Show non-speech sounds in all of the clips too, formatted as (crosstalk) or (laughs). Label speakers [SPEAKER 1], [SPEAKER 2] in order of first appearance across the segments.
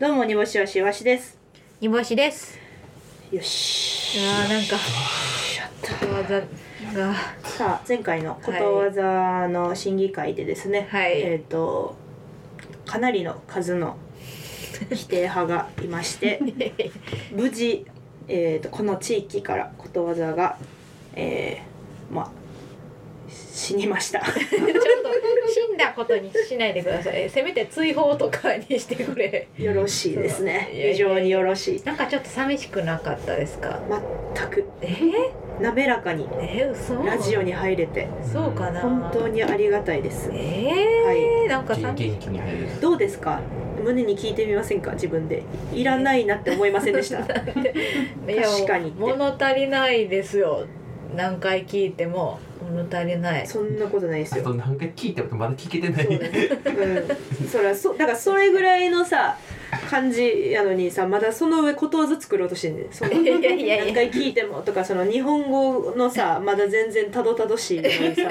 [SPEAKER 1] どうも、煮干しわしわしです。
[SPEAKER 2] 煮干しです
[SPEAKER 1] よし。
[SPEAKER 2] あーなんか
[SPEAKER 1] やった
[SPEAKER 2] ことわざが
[SPEAKER 1] さあ、前回のことわざの審議会でですね、
[SPEAKER 2] はい
[SPEAKER 1] えっ、と、かなりの数の否定派がいま
[SPEAKER 2] (laughs)
[SPEAKER 1] して、無事、えー、とこの地域からことわざが、えー、まあ、死にま
[SPEAKER 2] (laughs)
[SPEAKER 1] した。
[SPEAKER 2] ちょっと死んだことにしないでくださいせめて追放とかにしてくれ
[SPEAKER 1] よろしいです
[SPEAKER 2] そういやいや
[SPEAKER 1] ね。非常によろしい。
[SPEAKER 2] なんかちょっと寂しくなかったですか
[SPEAKER 1] 全く
[SPEAKER 2] え
[SPEAKER 1] 滑らかに
[SPEAKER 2] ー、えー、嘘
[SPEAKER 1] ラジオに入れて、
[SPEAKER 2] そうかな
[SPEAKER 1] 本当にありがたいです。
[SPEAKER 2] えーなんか
[SPEAKER 3] 元
[SPEAKER 2] 寂し
[SPEAKER 3] 気に入る
[SPEAKER 1] どうですか胸に聞いてみませんか自分でいらないなって思いませんで
[SPEAKER 2] (laughs)
[SPEAKER 1] した
[SPEAKER 2] いや
[SPEAKER 1] 確かにって
[SPEAKER 2] 物足りないですよ何回聞いても物足りない
[SPEAKER 1] そんなことないです
[SPEAKER 3] あ
[SPEAKER 1] よ、
[SPEAKER 3] と何回聞いたことまだ聞けてない
[SPEAKER 2] そうです
[SPEAKER 1] うん、そらそだからそれぐらいのさ感じやのにさまだその上ことわざ作ろうとしてんねんその
[SPEAKER 2] いやいやいや
[SPEAKER 1] 何回聞いてもとかその日本語のさまだ全然たどたどしいのに
[SPEAKER 2] (laughs)
[SPEAKER 1] さ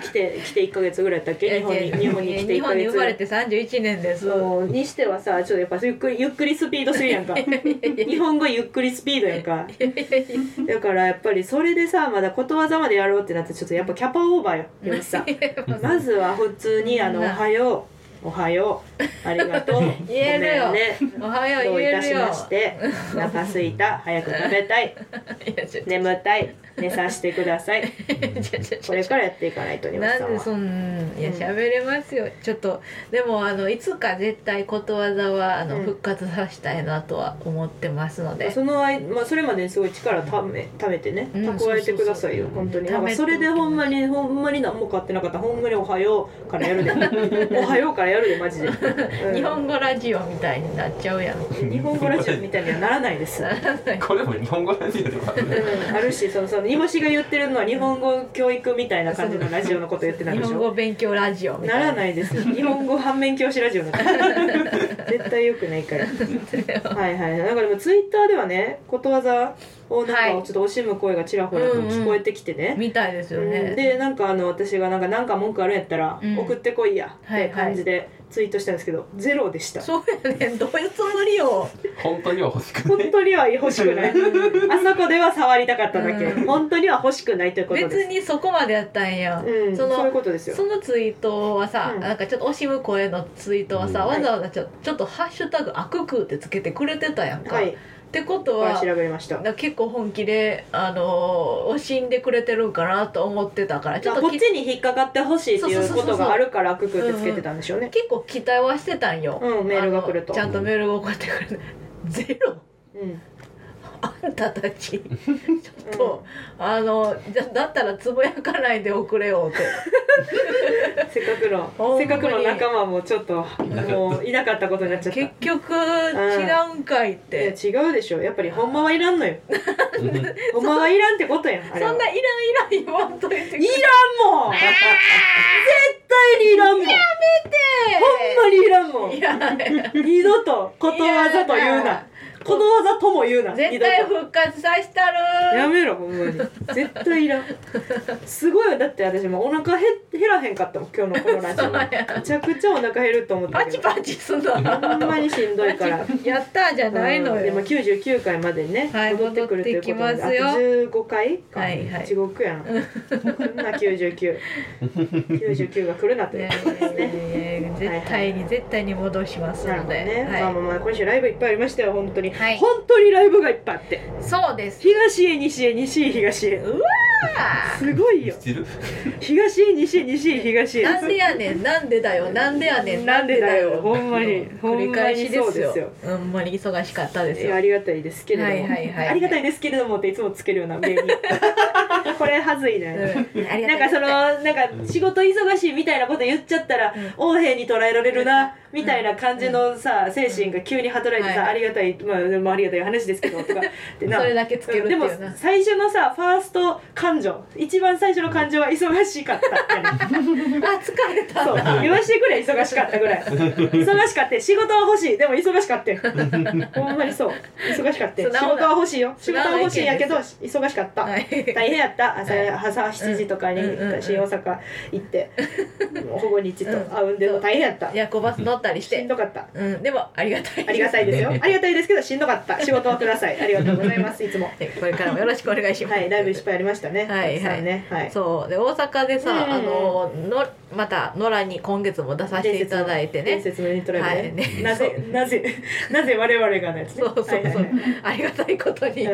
[SPEAKER 1] 来て来て1ヶ月ぐらいだっけ日本に日本に来て
[SPEAKER 2] 日
[SPEAKER 1] 1ヶ
[SPEAKER 2] 本に
[SPEAKER 1] 月
[SPEAKER 2] 生まれて31年です
[SPEAKER 1] そうにしてはさちょっとやっぱゆっくりゆっくりスピードするやん
[SPEAKER 2] (laughs)
[SPEAKER 1] か日本語ゆっくりスピードやんか (laughs) だからやっぱりそれでさまだことわざまでやろうってなってちょっとやっぱキャパオーバーよ漁師さ
[SPEAKER 2] (laughs)
[SPEAKER 1] んまずは普通にあの「おはよう」「おはよう」「ありがとう」「
[SPEAKER 2] (laughs) 言えるよ
[SPEAKER 1] ごめんね」
[SPEAKER 2] おはよ
[SPEAKER 1] ど
[SPEAKER 2] う
[SPEAKER 1] うい
[SPEAKER 2] 言え
[SPEAKER 1] た
[SPEAKER 2] る
[SPEAKER 1] し
[SPEAKER 2] よ
[SPEAKER 1] まして「お腹すいた」「早く食べたい」
[SPEAKER 2] いやちょ
[SPEAKER 1] 「眠たい」「寝させてください」
[SPEAKER 2] (laughs) ちょちょち
[SPEAKER 1] こ
[SPEAKER 2] ょ
[SPEAKER 1] れからやっていかないと漁師
[SPEAKER 2] な
[SPEAKER 1] さ
[SPEAKER 2] ん
[SPEAKER 1] ん
[SPEAKER 2] で
[SPEAKER 1] は。
[SPEAKER 2] そんいや喋れますよ、ちょっとでもあのいつか絶対ことわざはあの、
[SPEAKER 1] うん
[SPEAKER 2] 復活させたいなとは思ってますので
[SPEAKER 1] その間、まあ、それまでにすごい力ため貯めてね
[SPEAKER 2] うん
[SPEAKER 1] 蓄えてくださいよ、
[SPEAKER 3] そう
[SPEAKER 1] 本
[SPEAKER 3] そうそう
[SPEAKER 1] 当に
[SPEAKER 2] 貯めて
[SPEAKER 1] なんかそれでほんまにほんまに何も買ってなかったほんまに「おはよう」からやるで (laughs) 「おはよう」からやるでマジ (laughs) で、うん
[SPEAKER 2] 日本語ラジオみたいになっちゃうやん
[SPEAKER 1] 日本語ラジオみたいにはならないです、う
[SPEAKER 3] これも日本語ラジオではある
[SPEAKER 1] ん、あるしそのその煮干しが言ってるのは日本語教育みたいな感じのラジオのこと言ってない
[SPEAKER 2] 日
[SPEAKER 1] でし
[SPEAKER 2] 本
[SPEAKER 1] ょ
[SPEAKER 2] 語勉強ラジオみた
[SPEAKER 1] ない
[SPEAKER 2] な
[SPEAKER 1] らない
[SPEAKER 2] (laughs)
[SPEAKER 1] です日本語反面教師ラジオなんて絶対よくないからはいはいなんかでもツイッターではねことわざをなんかちょっと惜しむ声がちらほらと聞こえてきてね、
[SPEAKER 2] みたいですよね、
[SPEAKER 1] うんでなんかあの私がなんかなんか文句あるんやったら
[SPEAKER 2] うん
[SPEAKER 1] 送ってこいやっ
[SPEAKER 2] はいは
[SPEAKER 1] て
[SPEAKER 2] い
[SPEAKER 1] 感じでツイートしたんですけど、ゼロでした
[SPEAKER 2] そうやねんどういうつもりよ
[SPEAKER 3] 本当には欲しく
[SPEAKER 1] 本
[SPEAKER 3] ない
[SPEAKER 1] 当には欲しくないあそこでは触りたかっただけ、
[SPEAKER 2] うん
[SPEAKER 1] 本当には欲しくないということです
[SPEAKER 2] 別にそこまでやったんや、
[SPEAKER 1] うん、そ
[SPEAKER 2] その
[SPEAKER 1] ういうことですよ
[SPEAKER 2] そのツイートはさ、
[SPEAKER 1] うん
[SPEAKER 2] なんかちょっと惜しむ声のツイートはさ、
[SPEAKER 3] うん
[SPEAKER 2] わざわざちょちょっと「ハッシュタグあくく」ってつけてくれてたやんか、
[SPEAKER 1] はい
[SPEAKER 2] っ
[SPEAKER 1] こ
[SPEAKER 2] てこと
[SPEAKER 1] れ
[SPEAKER 2] は
[SPEAKER 1] 調べました
[SPEAKER 2] な結構本気で、あのー惜しんでくれてるんかなと思ってたからちょっ
[SPEAKER 1] まあ
[SPEAKER 2] と
[SPEAKER 1] こっ
[SPEAKER 2] き
[SPEAKER 1] ちに引っかかってほしいっていうことがあるからククってつけてたんでしょうね
[SPEAKER 2] 結構期待はしてたんよ、
[SPEAKER 1] うんメールが来ると
[SPEAKER 2] あのちゃんとメールが送って (laughs) くる、ゼロ
[SPEAKER 1] うん
[SPEAKER 2] あんたたちちょっと、あのじゃだったらつぶやかないでおくれ
[SPEAKER 1] (laughs)
[SPEAKER 2] よって
[SPEAKER 1] せっかくの
[SPEAKER 2] ほんまに
[SPEAKER 1] せっかくの仲間もちょっともういなかったことになっちゃった
[SPEAKER 2] 結局違うんかいっ
[SPEAKER 1] いや
[SPEAKER 2] て、
[SPEAKER 1] 違うでしょやっぱりほんまはいらんのよほんまはいらんってことやんあれは
[SPEAKER 2] そんないらんいらん言わんといてく
[SPEAKER 1] い
[SPEAKER 2] れ
[SPEAKER 1] らんもん絶対にいらんもんほんまにいらんもん
[SPEAKER 2] いやいや
[SPEAKER 1] 二度とことわざと言う
[SPEAKER 2] い
[SPEAKER 1] な
[SPEAKER 2] や
[SPEAKER 1] ことわざとも言うな
[SPEAKER 2] 絶
[SPEAKER 1] 二度
[SPEAKER 2] 対
[SPEAKER 1] と
[SPEAKER 2] 復活させたる
[SPEAKER 1] やめろほんまに絶対いらんすごいよだって私もうお腹へ減らへんかったもん今日のこのラジオ
[SPEAKER 2] そうや
[SPEAKER 1] めちゃくちゃお腹減ると思った
[SPEAKER 2] (laughs) パ
[SPEAKER 1] け
[SPEAKER 2] チ
[SPEAKER 1] ど
[SPEAKER 2] パチすんの
[SPEAKER 1] ほんまにしんどいから
[SPEAKER 2] やったじゃないの
[SPEAKER 1] うんで
[SPEAKER 2] よ
[SPEAKER 1] も99回までね、
[SPEAKER 2] はい
[SPEAKER 1] 戻ってくるということなんで
[SPEAKER 2] 戻ってきま
[SPEAKER 1] あ
[SPEAKER 2] す
[SPEAKER 1] と15回か、
[SPEAKER 2] はいはい
[SPEAKER 1] 地獄
[SPEAKER 2] (laughs)
[SPEAKER 1] やんそんな9999が来るなと
[SPEAKER 2] (laughs)
[SPEAKER 1] いうことですね
[SPEAKER 2] 絶対に絶対に戻します
[SPEAKER 1] なる
[SPEAKER 2] の
[SPEAKER 1] ほど
[SPEAKER 2] で、
[SPEAKER 1] ね、
[SPEAKER 2] はい
[SPEAKER 1] まあまあまあ今週ライブいっぱいありましたよ本当に、
[SPEAKER 2] はい
[SPEAKER 1] 本当にライブがいっぱいあって
[SPEAKER 2] そうです
[SPEAKER 1] 東へ西へ西へ東へ
[SPEAKER 2] うわー
[SPEAKER 1] すごいよ
[SPEAKER 3] 知ってる
[SPEAKER 1] 東へ西へ西へ東へ
[SPEAKER 2] なんでやねんなんで
[SPEAKER 1] (laughs)
[SPEAKER 2] だよなんでやねん
[SPEAKER 1] なんでだよほんまに
[SPEAKER 2] うん
[SPEAKER 1] ほんまに
[SPEAKER 2] 繰り返しですよ
[SPEAKER 1] そうで
[SPEAKER 2] ほんまに忙しかったです
[SPEAKER 1] いや
[SPEAKER 2] よ
[SPEAKER 1] ありがたいですけれども、
[SPEAKER 2] はいはいはい
[SPEAKER 1] ありがたいですけれどもっていつもつけるような名に
[SPEAKER 2] (laughs)
[SPEAKER 1] これはずいね、
[SPEAKER 2] うんありが
[SPEAKER 1] なんかそ
[SPEAKER 2] とう
[SPEAKER 1] のなんか仕事忙しいみたいなこと言っちゃったら
[SPEAKER 2] うん
[SPEAKER 1] 横柄に捉えられるなみたいな感じのさ精神が急に働いて
[SPEAKER 2] は
[SPEAKER 1] さ
[SPEAKER 2] い
[SPEAKER 1] ありがたいまあでもありがたい話ですけど
[SPEAKER 2] (laughs)
[SPEAKER 1] とかでな
[SPEAKER 2] それだけつけるって
[SPEAKER 1] で
[SPEAKER 2] いう
[SPEAKER 1] も
[SPEAKER 2] な
[SPEAKER 1] 最初のさファースト感情一番最初の感情は忙しかったってね
[SPEAKER 2] あ疲れた
[SPEAKER 1] そう
[SPEAKER 2] (laughs)
[SPEAKER 1] 言わしてくれ忙しかったぐらい忙しかって仕事は欲しいでも忙しかってほんまにそう忙しかって
[SPEAKER 2] 素
[SPEAKER 1] 仕
[SPEAKER 2] 直な
[SPEAKER 1] 事は欲しいよ仕
[SPEAKER 2] 素
[SPEAKER 1] 事は
[SPEAKER 2] 直な意見
[SPEAKER 1] 欲しいんやけど
[SPEAKER 2] で
[SPEAKER 1] 忙しかった
[SPEAKER 2] はい
[SPEAKER 1] 大変やっった朝,、
[SPEAKER 2] はい
[SPEAKER 1] 朝7時とかに
[SPEAKER 2] うんうんうん
[SPEAKER 1] 新大阪行って、もう保護日と会うんで
[SPEAKER 2] うん
[SPEAKER 1] も大変やった、
[SPEAKER 2] 夜行バス乗ったりし
[SPEAKER 1] しん
[SPEAKER 2] て
[SPEAKER 1] どかった
[SPEAKER 2] うんでもありがたい
[SPEAKER 1] ありがたいですよありがたいですけどしんどかった仕事はくだ
[SPEAKER 2] (laughs)
[SPEAKER 1] さいありがとうございますいつも
[SPEAKER 2] はいこれからもよろしくお願いします
[SPEAKER 1] はいライブいっぱいありましたね
[SPEAKER 2] はい
[SPEAKER 1] たくさんねはい
[SPEAKER 2] そうで大阪でさ、
[SPEAKER 1] うん
[SPEAKER 2] あののまた野良に今月も出させていただいて
[SPEAKER 1] 伝
[SPEAKER 2] ね
[SPEAKER 1] 説のユニットライブね、
[SPEAKER 2] はいね
[SPEAKER 1] なぜなぜ (laughs) なぜ我々がのやつね
[SPEAKER 2] そうそうそう
[SPEAKER 1] はいはいはい
[SPEAKER 2] (laughs) ありがたいことに、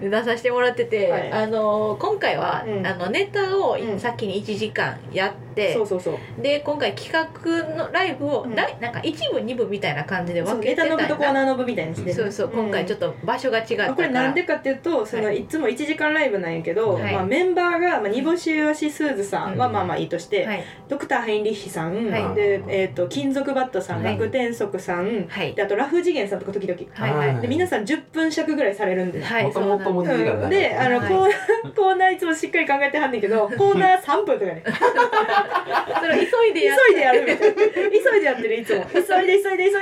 [SPEAKER 2] 出させてもらってて、
[SPEAKER 1] はい
[SPEAKER 2] あの今回は、
[SPEAKER 1] うん
[SPEAKER 2] あのネタを
[SPEAKER 1] うん
[SPEAKER 2] 先に1時間やっ
[SPEAKER 1] うん、
[SPEAKER 2] て、
[SPEAKER 1] そうそうそう
[SPEAKER 2] で今回企画のライブを、
[SPEAKER 1] うん
[SPEAKER 2] ライなんか1部2部みたいな感じで
[SPEAKER 1] そう
[SPEAKER 2] 分け
[SPEAKER 1] ネ
[SPEAKER 2] てた
[SPEAKER 1] タの
[SPEAKER 2] ん
[SPEAKER 1] 部とコー
[SPEAKER 2] だ
[SPEAKER 1] ナーの部みたいにして
[SPEAKER 2] そうそう今回ちょっと場所が違ったから、
[SPEAKER 1] これなんでかっていうとその、、
[SPEAKER 2] はい
[SPEAKER 1] つも1時間ライブなんやけど、
[SPEAKER 2] はい
[SPEAKER 1] まあ、メンバーが、まあ、煮干しよしすーずさんは
[SPEAKER 2] うん
[SPEAKER 1] まあまあいいとして、
[SPEAKER 2] はい
[SPEAKER 1] ドクターハインリッヒさん、
[SPEAKER 2] はい
[SPEAKER 1] で、えー、と金属バットさん、
[SPEAKER 2] はい
[SPEAKER 1] 楽天足さん
[SPEAKER 2] はい
[SPEAKER 1] であとラフ次元さんとか時々、
[SPEAKER 2] はいはい
[SPEAKER 1] で皆さん10分尺ぐらいされるんです、
[SPEAKER 2] はい
[SPEAKER 3] もともと
[SPEAKER 1] う、
[SPEAKER 3] 文字がなんい
[SPEAKER 1] であの、
[SPEAKER 2] はい
[SPEAKER 1] コーナ
[SPEAKER 2] (laughs)
[SPEAKER 1] ーコーナーいつもしっかり考えてはんねんけどコーナー3分とかね
[SPEAKER 2] それを急いで
[SPEAKER 1] 急
[SPEAKER 2] やっ
[SPEAKER 1] いでやるみたいな急いでやってるいつも急いで急いで急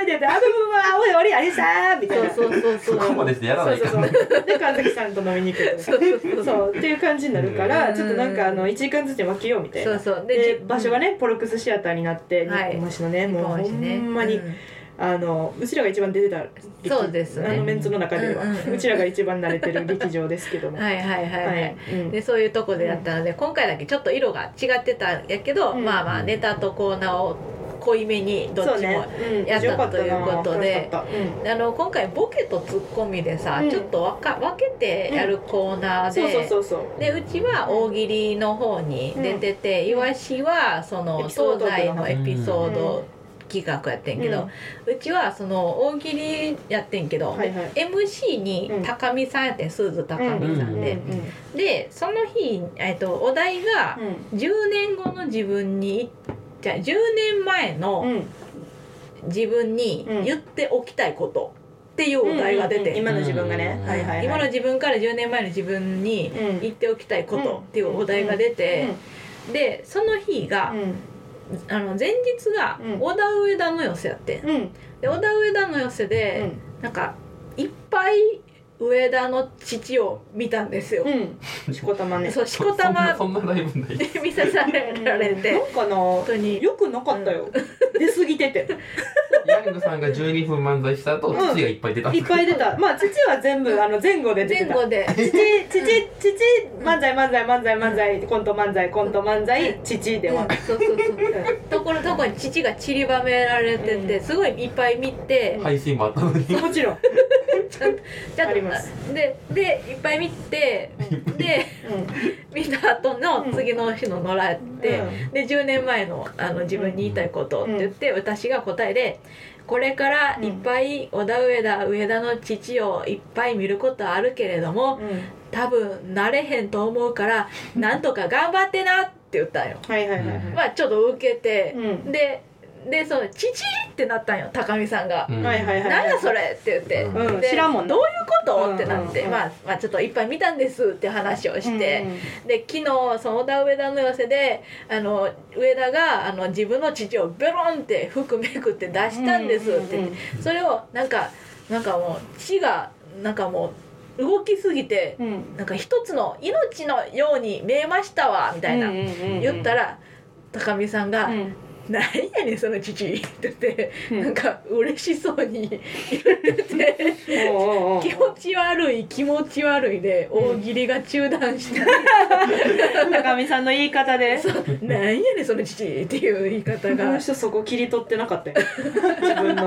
[SPEAKER 1] いでやってあぶぶぶあおいおりあれさーみたいな
[SPEAKER 2] そうそうそうそ
[SPEAKER 3] そうこまでしてやら
[SPEAKER 1] そ
[SPEAKER 3] な
[SPEAKER 1] う
[SPEAKER 3] い
[SPEAKER 1] そう
[SPEAKER 3] か
[SPEAKER 1] そ
[SPEAKER 3] ん
[SPEAKER 1] う
[SPEAKER 3] ね
[SPEAKER 1] で神崎さんと飲みに行くとか
[SPEAKER 2] そうそうそう
[SPEAKER 1] そうっていう感じになるから、
[SPEAKER 2] うん
[SPEAKER 1] ちょっとなんかあの1時間ずつに分けようみたい
[SPEAKER 2] そ
[SPEAKER 1] な
[SPEAKER 2] うそう
[SPEAKER 1] で
[SPEAKER 2] じ
[SPEAKER 1] 場所がねポロクスシアターになって日
[SPEAKER 2] はい
[SPEAKER 1] 本橋のね、
[SPEAKER 2] 日
[SPEAKER 1] もう
[SPEAKER 2] 本
[SPEAKER 1] ほ
[SPEAKER 2] 橋ね
[SPEAKER 1] んまに、
[SPEAKER 2] うん
[SPEAKER 1] あのうちらが一番出てた劇
[SPEAKER 2] そうですね
[SPEAKER 1] あのメンツの中では、
[SPEAKER 2] う
[SPEAKER 1] うん
[SPEAKER 2] うんうん
[SPEAKER 1] ちらが一番慣れてる劇場ですけども
[SPEAKER 2] はいはいはいはい、
[SPEAKER 1] うん
[SPEAKER 2] でそういうとこでやったので、今回だけちょっと色が違ってたんやけど、
[SPEAKER 1] うん
[SPEAKER 2] まあまあネタとコーナーを濃いめにど
[SPEAKER 1] そ
[SPEAKER 2] っ
[SPEAKER 1] う
[SPEAKER 2] ちも、
[SPEAKER 1] ねうん
[SPEAKER 2] やった
[SPEAKER 1] よかな
[SPEAKER 2] ということで
[SPEAKER 1] 楽しかったうん
[SPEAKER 2] あの今回ボケとツッコミでさ、
[SPEAKER 1] うん
[SPEAKER 2] ちょっとわか分けてやるコーナーで。
[SPEAKER 1] そうそうそうそう
[SPEAKER 2] でうちは大喜利の方に出てて、いわしはその
[SPEAKER 1] エピ
[SPEAKER 2] 東
[SPEAKER 1] ソードトーク
[SPEAKER 2] 西
[SPEAKER 1] の
[SPEAKER 2] の
[SPEAKER 1] 方
[SPEAKER 2] エピソー
[SPEAKER 1] うん
[SPEAKER 2] ド企画やってんけ
[SPEAKER 1] う
[SPEAKER 2] ど
[SPEAKER 1] ん、
[SPEAKER 2] うちはその大喜利やってんけど、
[SPEAKER 1] はいはい
[SPEAKER 2] MC に
[SPEAKER 1] うん
[SPEAKER 2] 高見さんやってんすず高見さんで、
[SPEAKER 1] うんうん
[SPEAKER 2] でその日、えっと、お題が
[SPEAKER 1] うん
[SPEAKER 2] 10年後の自分にじゃあ10年前の
[SPEAKER 1] うん
[SPEAKER 2] 自分に
[SPEAKER 1] うん
[SPEAKER 2] 言っておきたいことっていうお題が出て、
[SPEAKER 1] うん今の自分がね、
[SPEAKER 3] うん
[SPEAKER 1] はいはい、はい、
[SPEAKER 2] 今の自分から10年前の自分に
[SPEAKER 1] うん
[SPEAKER 2] 言っておきたいことっていうお題が出て、でその日が、あの前日が
[SPEAKER 1] うん
[SPEAKER 2] 小田上田の寄せやってん
[SPEAKER 1] うんうん
[SPEAKER 2] で小田上田の寄せ
[SPEAKER 1] う
[SPEAKER 2] で、
[SPEAKER 1] ん
[SPEAKER 2] なんかいっぱい上田の父を見たんですよ。
[SPEAKER 1] うんしこたまね
[SPEAKER 2] そうしこ
[SPEAKER 3] そ
[SPEAKER 2] た
[SPEAKER 3] んな
[SPEAKER 2] ま
[SPEAKER 3] そんなライブない
[SPEAKER 2] で見せされられて、
[SPEAKER 1] なんか
[SPEAKER 2] 本当
[SPEAKER 1] な
[SPEAKER 2] に
[SPEAKER 1] よくなかったよ、出過ぎてて
[SPEAKER 3] ヤングさんが12分漫才した後
[SPEAKER 1] うん
[SPEAKER 3] 父がいっぱい出た
[SPEAKER 1] い
[SPEAKER 3] んで
[SPEAKER 1] っ
[SPEAKER 3] すか
[SPEAKER 1] ぱい出たまあ父は全部あの前後で出て
[SPEAKER 2] 前
[SPEAKER 1] た
[SPEAKER 2] 後で
[SPEAKER 1] 父父父漫才漫才漫才漫才コント漫才コント漫才父では
[SPEAKER 2] うんそうそうそうところどころに父が散りばめられてて、
[SPEAKER 1] うん
[SPEAKER 2] すごいいっぱい見て、
[SPEAKER 3] 配信もあったのに
[SPEAKER 1] もちろん、
[SPEAKER 2] ちゃんと
[SPEAKER 1] あります
[SPEAKER 2] ででいっぱい見てで見た後の次の日の野良やって、で10年前のあの自分に言いたいことって言って、私が答えで「これからいっぱい小田上田上田の父をいっぱい見ることはあるけれども
[SPEAKER 1] うんうん、
[SPEAKER 2] 多分なれへんと思うからなんとか頑張ってな」って言ったんよ。
[SPEAKER 1] はいはいはいはい、
[SPEAKER 2] まあちょっと受けて、
[SPEAKER 1] うん
[SPEAKER 2] ででその「父」ってなったんよ高見さんが。
[SPEAKER 3] うん
[SPEAKER 1] はいはいはい
[SPEAKER 2] なんやそれって言って、
[SPEAKER 1] うん
[SPEAKER 2] で
[SPEAKER 1] 知らんもんな
[SPEAKER 2] どういうことってなって、
[SPEAKER 1] うんうんうん
[SPEAKER 2] まあ、まあちょっといっぱい見たんですって話をして、で昨日その小田上田の寄せであの上田があの自分の父をベロンって服めくって出したんですって言って、それをなんかなんかもう血がなんかもう動きすぎて、
[SPEAKER 1] うんうんうん
[SPEAKER 2] なんか一つの命のように見えましたわみたいな、言ったら高見さんが「
[SPEAKER 1] うん
[SPEAKER 2] なんやねんその父」って言って、
[SPEAKER 1] うん
[SPEAKER 2] (laughs) なんか嬉しそうに言ってて
[SPEAKER 1] おうおうおう
[SPEAKER 2] 気持ち悪い気持ち悪いで大喜利が中断
[SPEAKER 1] (laughs)
[SPEAKER 2] した、
[SPEAKER 1] 高見さんの言い方で
[SPEAKER 2] なんやねんその父っていう言い方
[SPEAKER 1] この
[SPEAKER 2] が。
[SPEAKER 1] 人そこ切り取ってなかったよ自分
[SPEAKER 2] (laughs)
[SPEAKER 1] の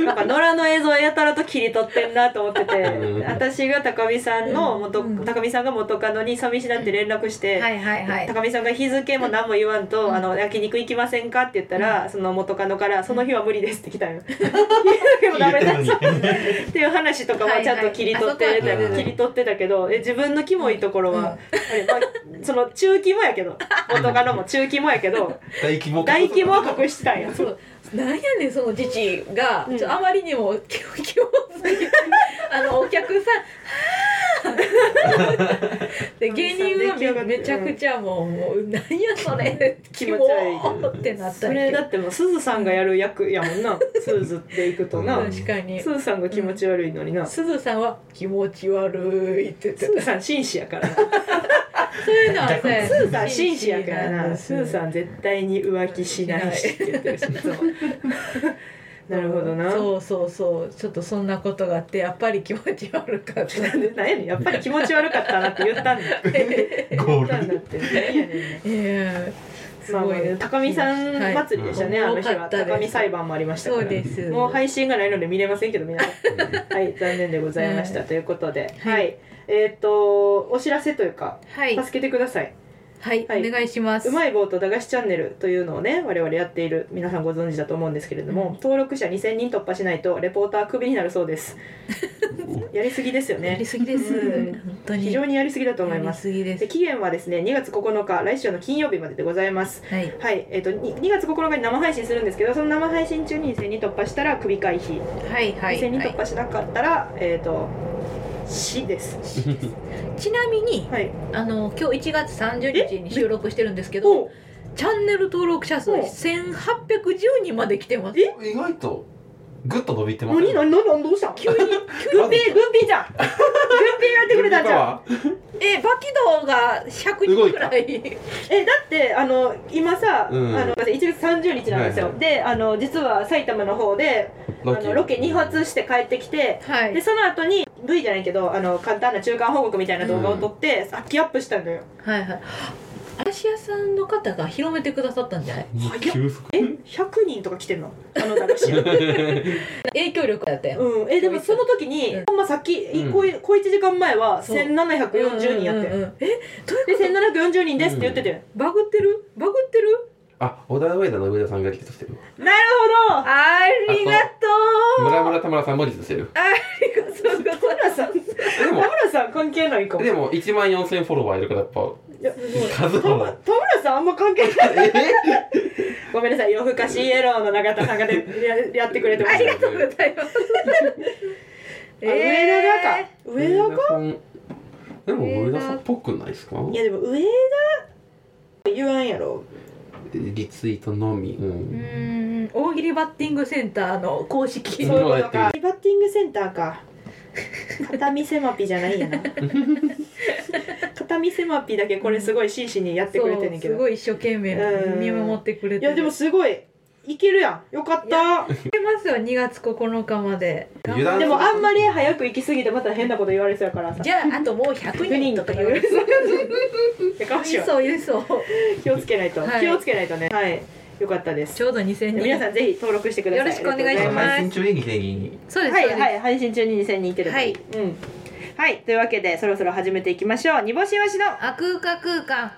[SPEAKER 1] なんか野良の映像やたらと切り取ってんなと思って
[SPEAKER 3] う
[SPEAKER 1] て
[SPEAKER 3] ん
[SPEAKER 1] 私が高見さんの元、
[SPEAKER 2] うん
[SPEAKER 1] 高見さんが元カノに寂しいなって連絡して、
[SPEAKER 2] いはいは
[SPEAKER 1] 高見さんが日付も何も言わんと「
[SPEAKER 2] うん
[SPEAKER 1] あの焼肉行きませんか?」って言ったら、その元カノから「その日は無理です」って来
[SPEAKER 2] (laughs)
[SPEAKER 1] たよ。 (laughs) 日付もダメ
[SPEAKER 3] 言えて
[SPEAKER 1] だ
[SPEAKER 3] るの
[SPEAKER 1] し
[SPEAKER 3] に
[SPEAKER 1] っていう話とかはちゃんと切り取って
[SPEAKER 2] はい
[SPEAKER 3] はいあそこは
[SPEAKER 1] 切り取ってたけどえ自分のキモいところは、
[SPEAKER 2] うん
[SPEAKER 1] あれまあ (laughs) その中規模やけど元カノも中規模やけ
[SPEAKER 2] (laughs)
[SPEAKER 1] ど
[SPEAKER 3] 大規模
[SPEAKER 1] 大規模は隠してたんや。
[SPEAKER 2] そうなんやねんその父が、
[SPEAKER 1] うん
[SPEAKER 2] ちょあまりにも気を気をつ
[SPEAKER 1] (laughs)
[SPEAKER 2] いてあのお客さんはぁで芸人は
[SPEAKER 1] 出来上が
[SPEAKER 2] め
[SPEAKER 1] って
[SPEAKER 2] めちゃくちゃもう,、もうなんやそれ
[SPEAKER 1] (laughs) 気持ち悪
[SPEAKER 2] ってなった
[SPEAKER 1] それだ
[SPEAKER 2] り
[SPEAKER 1] ってもうすずさんがやる役やもんなすずっていくとな
[SPEAKER 3] うん
[SPEAKER 2] 確かに
[SPEAKER 1] すずさんが気持ち悪いのになす
[SPEAKER 2] (laughs) すずさんは気持ち悪いって言って
[SPEAKER 1] ずさん紳士やからな
[SPEAKER 2] そういう (laughs) のはさ
[SPEAKER 3] 逆に
[SPEAKER 1] スーさん紳士やから
[SPEAKER 2] 紳士ん
[SPEAKER 1] な
[SPEAKER 2] です
[SPEAKER 1] スーさん絶対に浮気しないしって言ってるしい
[SPEAKER 2] (laughs)
[SPEAKER 1] つもなるほどな
[SPEAKER 2] そうそうそうちょっとそんなことがあってやっぱり気持ち悪かった
[SPEAKER 1] (laughs) なんでなんやねんやっぱり気持ち悪かったなって言ったんだ言
[SPEAKER 2] (laughs)
[SPEAKER 3] (laughs) ゴ
[SPEAKER 1] ったん
[SPEAKER 3] ー
[SPEAKER 1] だ
[SPEAKER 3] ル
[SPEAKER 1] ってなんやねん
[SPEAKER 2] ええす
[SPEAKER 1] まあ
[SPEAKER 2] ご
[SPEAKER 1] ま
[SPEAKER 2] い、
[SPEAKER 1] あ高見さん祭りでしたね、
[SPEAKER 2] はい
[SPEAKER 1] あの日
[SPEAKER 2] 多か
[SPEAKER 1] は
[SPEAKER 2] ったです
[SPEAKER 1] 高見裁判もありました
[SPEAKER 2] そ
[SPEAKER 1] か
[SPEAKER 2] う
[SPEAKER 1] ら
[SPEAKER 2] です
[SPEAKER 1] もう配信がないので見れませんけど皆さんはい残念でございました、ということで
[SPEAKER 2] は
[SPEAKER 1] はいい、えっ、とお知らせというか
[SPEAKER 2] はい
[SPEAKER 1] 助けてください
[SPEAKER 2] はい、
[SPEAKER 1] はい
[SPEAKER 2] お願いします
[SPEAKER 1] うまい棒と駄菓子チャンネルというのをね我々やっている皆さんご存知だと思うんですけれども、
[SPEAKER 2] うん
[SPEAKER 1] 登録者2000人突破しないとレポータークビになるそうです
[SPEAKER 2] (laughs)
[SPEAKER 1] やりすぎですよ
[SPEAKER 2] やり
[SPEAKER 1] ね
[SPEAKER 2] すぎです、
[SPEAKER 1] うん
[SPEAKER 2] 本当に
[SPEAKER 1] 非常にやりすぎだと思います
[SPEAKER 2] やりすぎで
[SPEAKER 1] です期限はですね2月9日来週の金曜日まででございます
[SPEAKER 2] はい
[SPEAKER 1] はいえっと 2, 2月9日に生配信するんですけどその生配信中に2000人突破したらクビ回避、
[SPEAKER 2] はいはい
[SPEAKER 1] 2000人
[SPEAKER 2] は
[SPEAKER 1] 突
[SPEAKER 2] い
[SPEAKER 1] 破しなかったら、えっ、と死です
[SPEAKER 2] ちなみに
[SPEAKER 1] はい
[SPEAKER 2] あの今日1月30日に収録してるんですけど
[SPEAKER 1] お
[SPEAKER 2] チャンネル登録者数
[SPEAKER 1] お
[SPEAKER 2] 1810人まで来てます
[SPEAKER 1] え
[SPEAKER 3] 意外とぐっと伸びてます
[SPEAKER 1] 何何何何どうしたん (laughs)
[SPEAKER 2] 急に
[SPEAKER 1] 軍兵軍兵じゃん軍兵やってくれたんじゃん
[SPEAKER 2] えバキドーが100人くらい
[SPEAKER 1] えだってあの今さ、
[SPEAKER 3] うん
[SPEAKER 1] あの1月30日なんですよ、
[SPEAKER 3] はいは
[SPEAKER 1] であの実は埼玉の方でロケあのロケ2発して帰ってきて
[SPEAKER 2] は
[SPEAKER 1] で
[SPEAKER 2] い
[SPEAKER 1] その後に V じゃないけどあの簡単な中間報告みたいな動画を撮って、さっきアップしたんだよ
[SPEAKER 2] はいはい嵐屋さんの方が広めてくださったんじゃない
[SPEAKER 3] 急速
[SPEAKER 1] え100人とか来てんのあの駄菓子屋
[SPEAKER 2] 影響力だったよ、
[SPEAKER 1] うんえでもその時に、
[SPEAKER 2] うん
[SPEAKER 1] ほんまさっき、
[SPEAKER 3] うん
[SPEAKER 1] こい小1時間前は
[SPEAKER 2] そう
[SPEAKER 1] 1740人やってん、
[SPEAKER 2] うんうんうんえどういうこ
[SPEAKER 1] で1740人ですって言ってて、
[SPEAKER 2] とバグってるバグってる
[SPEAKER 3] あ、小田上田の上田さんがリツイートしてる
[SPEAKER 1] なるほど
[SPEAKER 2] ありがとう
[SPEAKER 3] 村村田村さんもリツイートしてる
[SPEAKER 2] ありがとうござい
[SPEAKER 1] 田村さん
[SPEAKER 3] で
[SPEAKER 1] (laughs) 田
[SPEAKER 3] も
[SPEAKER 1] 村さん関係ないかも
[SPEAKER 3] でも1万4000フォロワーいるからやっぱ
[SPEAKER 1] いや
[SPEAKER 3] 数
[SPEAKER 1] 田村
[SPEAKER 3] は
[SPEAKER 1] 田村さんあんま関係ない
[SPEAKER 3] え
[SPEAKER 1] ごめんなさい、夜更かしイエローの永田さんがでややってくれてま
[SPEAKER 2] あ
[SPEAKER 1] し
[SPEAKER 2] り
[SPEAKER 1] た。
[SPEAKER 2] がとうございます。
[SPEAKER 1] あ上田がか。上田か。
[SPEAKER 3] さんでも上田さんっぽくないですか
[SPEAKER 1] いやでも上田言わんやろ。
[SPEAKER 3] リツイートのみう
[SPEAKER 2] うんん、大喜利バッティングセンターの公式。
[SPEAKER 3] うん
[SPEAKER 1] そういうこ
[SPEAKER 3] や
[SPEAKER 1] と
[SPEAKER 3] ってる
[SPEAKER 1] か。バッティングセンター
[SPEAKER 3] (laughs)
[SPEAKER 1] か。片見せまぴじゃないんやな。片見せまぴだけこれすごい真摯にやってくれてんねんけ
[SPEAKER 2] す
[SPEAKER 1] ど。い
[SPEAKER 2] ごい一生懸命
[SPEAKER 1] うん
[SPEAKER 2] 見守ってくれてる。
[SPEAKER 1] やでもすごい。いけるやん。よかった。
[SPEAKER 2] 行けますよ、2月9日まで。
[SPEAKER 3] 油断
[SPEAKER 1] でもあんまり早く行き過ぎてまた変なこと言われそうやからさ。
[SPEAKER 2] じゃあ、あともう100
[SPEAKER 1] 100人
[SPEAKER 2] 人
[SPEAKER 1] と
[SPEAKER 2] と
[SPEAKER 1] か言
[SPEAKER 2] か言
[SPEAKER 1] わ
[SPEAKER 2] わ
[SPEAKER 1] れ
[SPEAKER 2] れ
[SPEAKER 1] そ
[SPEAKER 2] (laughs) そうう。。
[SPEAKER 1] やかましいわ
[SPEAKER 2] そう言いそう。
[SPEAKER 1] 気をつけないと。
[SPEAKER 2] はい
[SPEAKER 1] 気をつけないとね。はい。よかったです。
[SPEAKER 2] ちょうど2000人。
[SPEAKER 1] 皆さんぜひ登録してください。
[SPEAKER 2] よろしくお願いします
[SPEAKER 3] 配信中に劇的に
[SPEAKER 2] そう
[SPEAKER 1] あ
[SPEAKER 2] で
[SPEAKER 1] りが
[SPEAKER 2] す。
[SPEAKER 1] とうございますはいは
[SPEAKER 2] そうです
[SPEAKER 1] い配信中に2000人いければいい。うん。はいというわけでそろそろ始めていきましょう。煮干しわしの。
[SPEAKER 2] あ空間空間。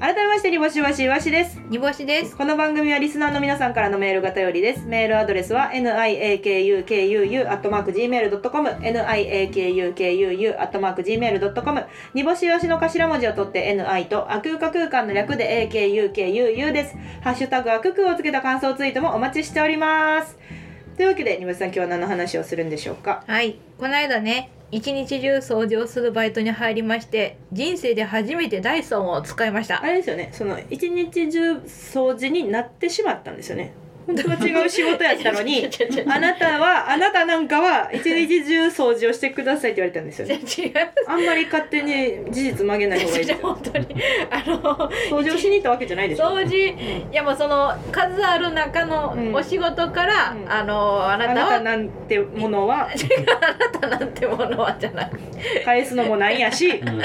[SPEAKER 1] 改めまして煮干しわしわしです。
[SPEAKER 2] 煮干しです。
[SPEAKER 1] この番組はリスナーの皆さんからのメールが頼りです。メールアドレスは n i a k u k u u アットマーク gmail ドットコム n i a k u k u u アットマーク gmail ドットコム。煮干しわしの頭文字を取って n i とあ空か空間の略で a k u k u u です。ハッシュタグあくくをつけた感想ツイートもお待ちしております。というわけで煮干しさん今日は何の話をするんでしょうか。
[SPEAKER 2] はい、この間ね一日中掃除をするバイトに入りまして人生で初めてダイソンを使いました
[SPEAKER 1] あれですよねその一日中掃除になってしまったんですよね本当は違う仕事やったの
[SPEAKER 2] (laughs) 違
[SPEAKER 1] に
[SPEAKER 2] う違う違う違う
[SPEAKER 1] あなたはあなたなんかは一日中掃除をしてくださいって言われたんですよ
[SPEAKER 2] 違う (laughs)
[SPEAKER 1] ねあんまり勝手に事実曲げない方がいい
[SPEAKER 2] 違 (laughs)
[SPEAKER 1] で (laughs)
[SPEAKER 2] う
[SPEAKER 1] すよ
[SPEAKER 2] 本当にあの
[SPEAKER 1] 掃除をしに行ったわけじゃないでしょ
[SPEAKER 2] 掃除いやもうその数ある中
[SPEAKER 1] うん
[SPEAKER 2] のお仕事から、
[SPEAKER 1] うん
[SPEAKER 2] あのあ
[SPEAKER 1] あ
[SPEAKER 2] な
[SPEAKER 1] な
[SPEAKER 2] た
[SPEAKER 1] た
[SPEAKER 2] は
[SPEAKER 1] なんてものは
[SPEAKER 2] あなたなんてものはじゃない
[SPEAKER 1] 返すのもなんやし
[SPEAKER 3] うん